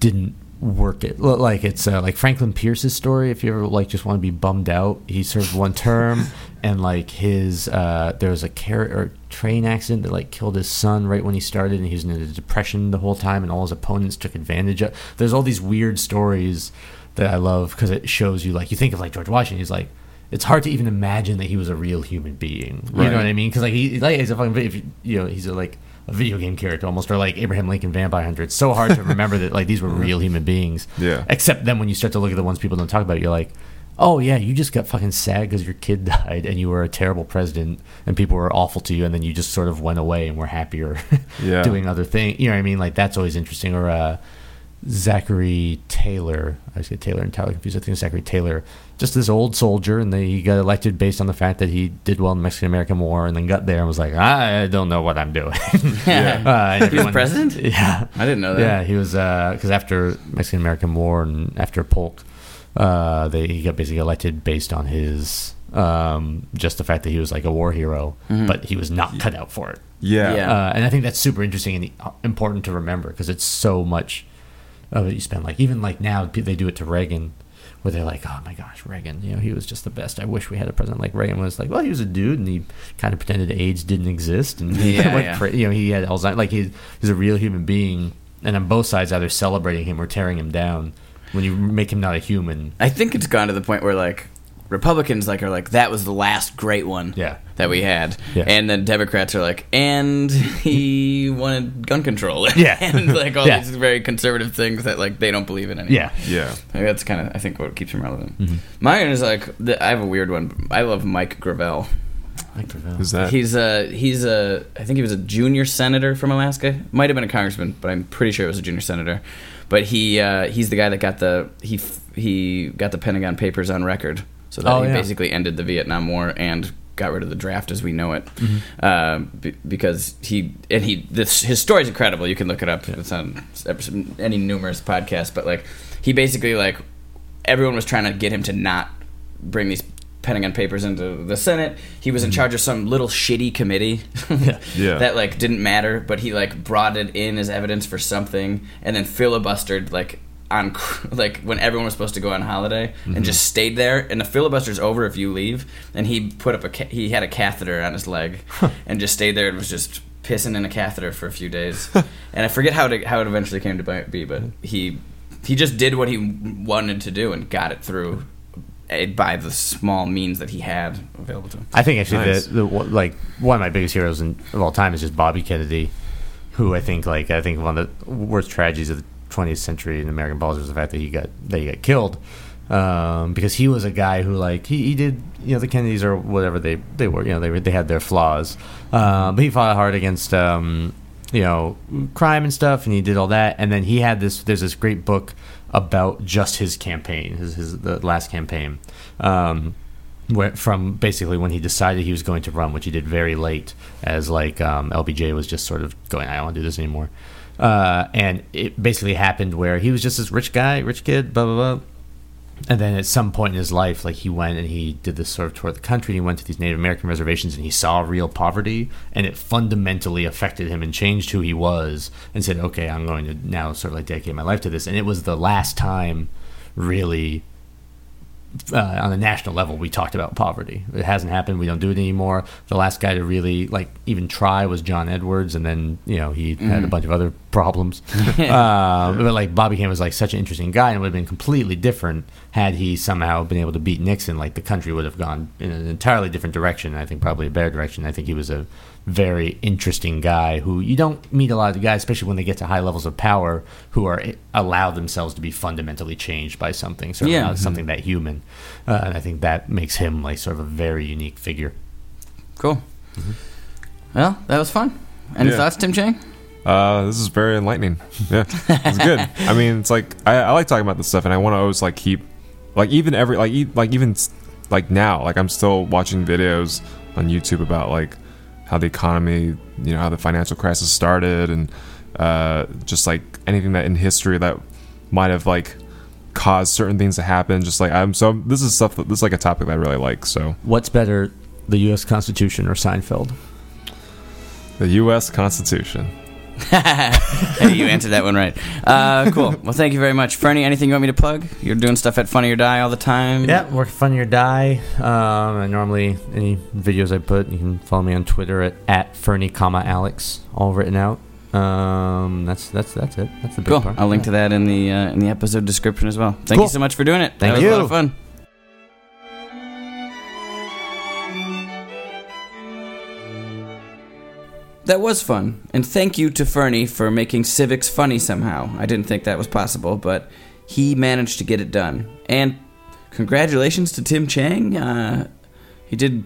Speaker 4: didn't work it. L- Like it's uh, like Franklin Pierce's story. If you ever like just want to be bummed out, he served one term, and like his uh, there was a car- or train accident that like killed his son right when he started, and he was in a depression the whole time, and all his opponents took advantage of. There's all these weird stories that I love because it shows you like you think of like George Washington. He's like. It's hard to even imagine that he was a real human being. You
Speaker 3: Right.
Speaker 4: know what I mean? Because like he, like he's a fucking, if you, you know, he's a like a video game character almost, or like Abraham Lincoln Vampire Hunter. It's so hard to remember that like these were real human beings.
Speaker 3: Yeah.
Speaker 4: Except then when you start to look at the ones people don't talk about, you're like, oh yeah, you just got fucking sad because your kid died and you were a terrible president and people were awful to you, and then you just sort of went away and were happier
Speaker 3: Yeah.
Speaker 4: doing other things. You know what I mean? Like that's always interesting. Or uh, Zachary Taylor. I was get Taylor and Tyler confused. I think it's Zachary Taylor, just this old soldier, and they, he got elected based on the fact that he did well in the Mexican American War, and then got there and was like, I don't know what I'm doing.
Speaker 2: yeah.
Speaker 4: Uh, and
Speaker 2: He was
Speaker 4: everyone-
Speaker 2: president? Oh,
Speaker 4: Yeah,
Speaker 2: I didn't know that.
Speaker 4: yeah. He was because after Mexican American War and after Polk, uh, they, he got basically elected based on his um, just the fact that he was like a war hero,
Speaker 2: Mm-hmm.
Speaker 4: but he was not cut out for it.
Speaker 3: Yeah.
Speaker 2: Yeah.
Speaker 4: Uh, and I think that's super interesting and uh, important to remember because it's so much of it you spend. Like even like now, pe- they do it to Reagan, where they're like, "Oh my gosh, Reagan! You know, he was just the best. I wish we had a president like Reagan." Was like, well, he was a dude and he kind of pretended AIDS didn't exist and he
Speaker 2: Yeah,
Speaker 4: went
Speaker 2: yeah.
Speaker 4: cra- you know he had Alzheimer's. Like he's he's a real human being, and on both sides, either celebrating him or tearing him down. When you make him not a human,
Speaker 2: I think it's gone to the point where like Republicans like are like that was the last great one
Speaker 4: Yeah.
Speaker 2: that we had,
Speaker 4: Yeah.
Speaker 2: and then Democrats are like, and he wanted gun control,
Speaker 4: Yeah.
Speaker 2: and like all
Speaker 4: Yeah.
Speaker 2: these very conservative things that like they don't believe in anymore.
Speaker 4: yeah, Mm-hmm.
Speaker 3: Yeah.
Speaker 2: Like, that's kind of I think what keeps him relevant. Mine is like the, I have a weird one. I love Mike Gravel.
Speaker 3: Who's that?
Speaker 2: He's a he's a I think he was a junior senator from Alaska. Might have been a congressman, but I'm pretty sure it was a junior senator. But he uh, he's the guy that got the he f- he got the Pentagon Papers on record, so that
Speaker 4: Oh,
Speaker 2: he
Speaker 4: yeah.
Speaker 2: basically ended the Vietnam War and got rid of the draft as we know it, uh, be- because he and he this his story's incredible. You can look it up. It's on episode- any numerous podcast, but like he basically like everyone was trying to get him to not bring these Pentagon Papers into the Senate. He was in charge of some little shitty committee
Speaker 3: Yeah.
Speaker 2: that like didn't matter, but he like brought it in as evidence for something, and then filibustered like on cr- like when everyone was supposed to go on holiday and just stayed there. And the filibuster's over if you leave. And he put up a ca- he had a catheter on his leg and just stayed there and was just pissing in a catheter for a few days. and I forget how to, how it eventually came to be, but he he just did what he wanted to do and got it through eh, by the small means that he had available to him.
Speaker 4: I think actually
Speaker 3: Nice.
Speaker 4: the, the one- like one of my biggest heroes in, of all time is just Bobby Kennedy, who I think like I think one of the worst tragedies of the 20th century in American politics was the fact that he got that he got killed um, because he was a guy who like he, he did you know the Kennedys or whatever they they were you know they were- they had their flaws, uh, but he fought hard against. Um, you know, crime and stuff, and he did all that. And then he had this. There's this great book about just his campaign, his, his the last campaign, um, where, from basically when he decided he was going to run, which he did very late, as like um, LBJ was just sort of going, I don't want to do this anymore. Uh, and it basically happened where he was just this rich guy, rich kid, blah blah blah. And then at some point in his life, like he went and he did this sort of tour of the country. He went to these Native American reservations and he saw real poverty, and it fundamentally affected him and changed who he was. And said, "Okay, I'm going to now sort of like dedicate my life to this." And it was the last time, really, uh, on a national level, we talked about poverty. It hasn't happened. We don't do it anymore. The last guy to really like even try was John Edwards, and then you know he had a bunch of other problems. uh, but like Bobby Kane was like such an interesting guy, and it would have been completely different had he somehow been able to beat Nixon. Like the country would have gone in an entirely different direction. I think probably a better direction. I think he was a very interesting guy who you don't meet a lot of guys, especially when they get to high levels of power, who are eh, allow themselves to be fundamentally changed by something. Certainly
Speaker 2: Yeah.
Speaker 4: not something that human, uh, and I think that makes him like sort of a very unique figure.
Speaker 2: Cool. Well, that was fun. Any
Speaker 3: Yeah.
Speaker 2: thoughts, Tim Chang?
Speaker 3: Uh, this is very enlightening. Yeah, it's good. I mean, it's like I, I like talking about this stuff, and I want to always like keep, like even every like e- like even s- like now, like I'm still watching videos on YouTube about like how the economy, you know, how the financial crisis started, and uh, just like anything that in history that might have like caused certain things to happen. Just like I'm so this is stuff that this is like a topic that I really like. So
Speaker 4: What's better, the U.S. Constitution or Seinfeld?
Speaker 3: the U.S. Constitution.
Speaker 2: hey, you answered that one right. Uh, cool. Well, thank you very much, Fernie. Anything you want me to plug? You're doing stuff at Funny or Die all the time.
Speaker 4: Yeah, work fun or die. Um, and normally, any videos I put, you can follow me on Twitter at, at Fernie, comma Alex, all written out. Um, that's that's that's it. That's the big
Speaker 2: Cool.
Speaker 4: part.
Speaker 2: I'll link to that in the uh, in the episode description as well. Thank you
Speaker 4: Cool.
Speaker 2: so much for doing it. that
Speaker 4: Thank
Speaker 2: was a lot
Speaker 4: you.
Speaker 2: of fun. That was fun, and thank you to Fernie for making civics funny somehow. I didn't think that was possible, but he managed to get it done. And congratulations to Tim Chang. Uh, he did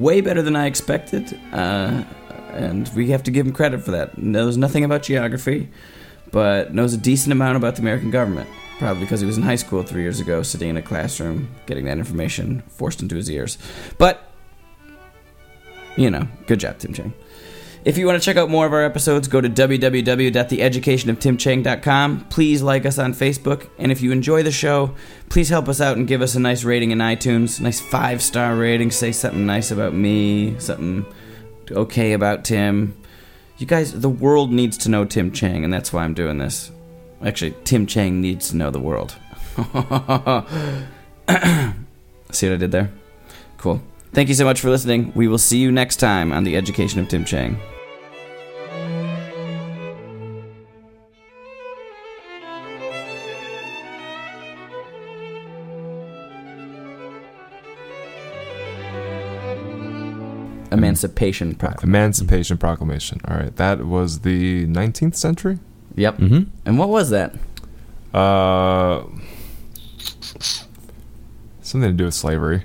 Speaker 2: way better than I expected, uh, and we have to give him credit for that. Knows nothing about geography, but knows a decent amount about the American government. Probably because he was in high school three years ago, sitting in a classroom, getting that information forced into his ears. But, you know, good job, Tim Chang. If you want to check out more of our episodes, go to www.theeducationoftimchang.com. Please like us on Facebook. And if you enjoy the show, please help us out and give us a nice rating in iTunes. Nice five star rating. Say something nice about me, something okay about Tim. You guys, the world needs to know Tim Chang, and that's why I'm doing this. Actually, Tim Chang needs to know the world. See what I did there? Cool. Thank you so much for listening. We will see you next time on The Education of Tim Chang. Emancipation Proclamation.
Speaker 3: Emancipation Proclamation. All right, that was the 19th century.
Speaker 2: Yep.
Speaker 4: Mm-hmm.
Speaker 2: And what was that?
Speaker 3: Uh, something to do with slavery.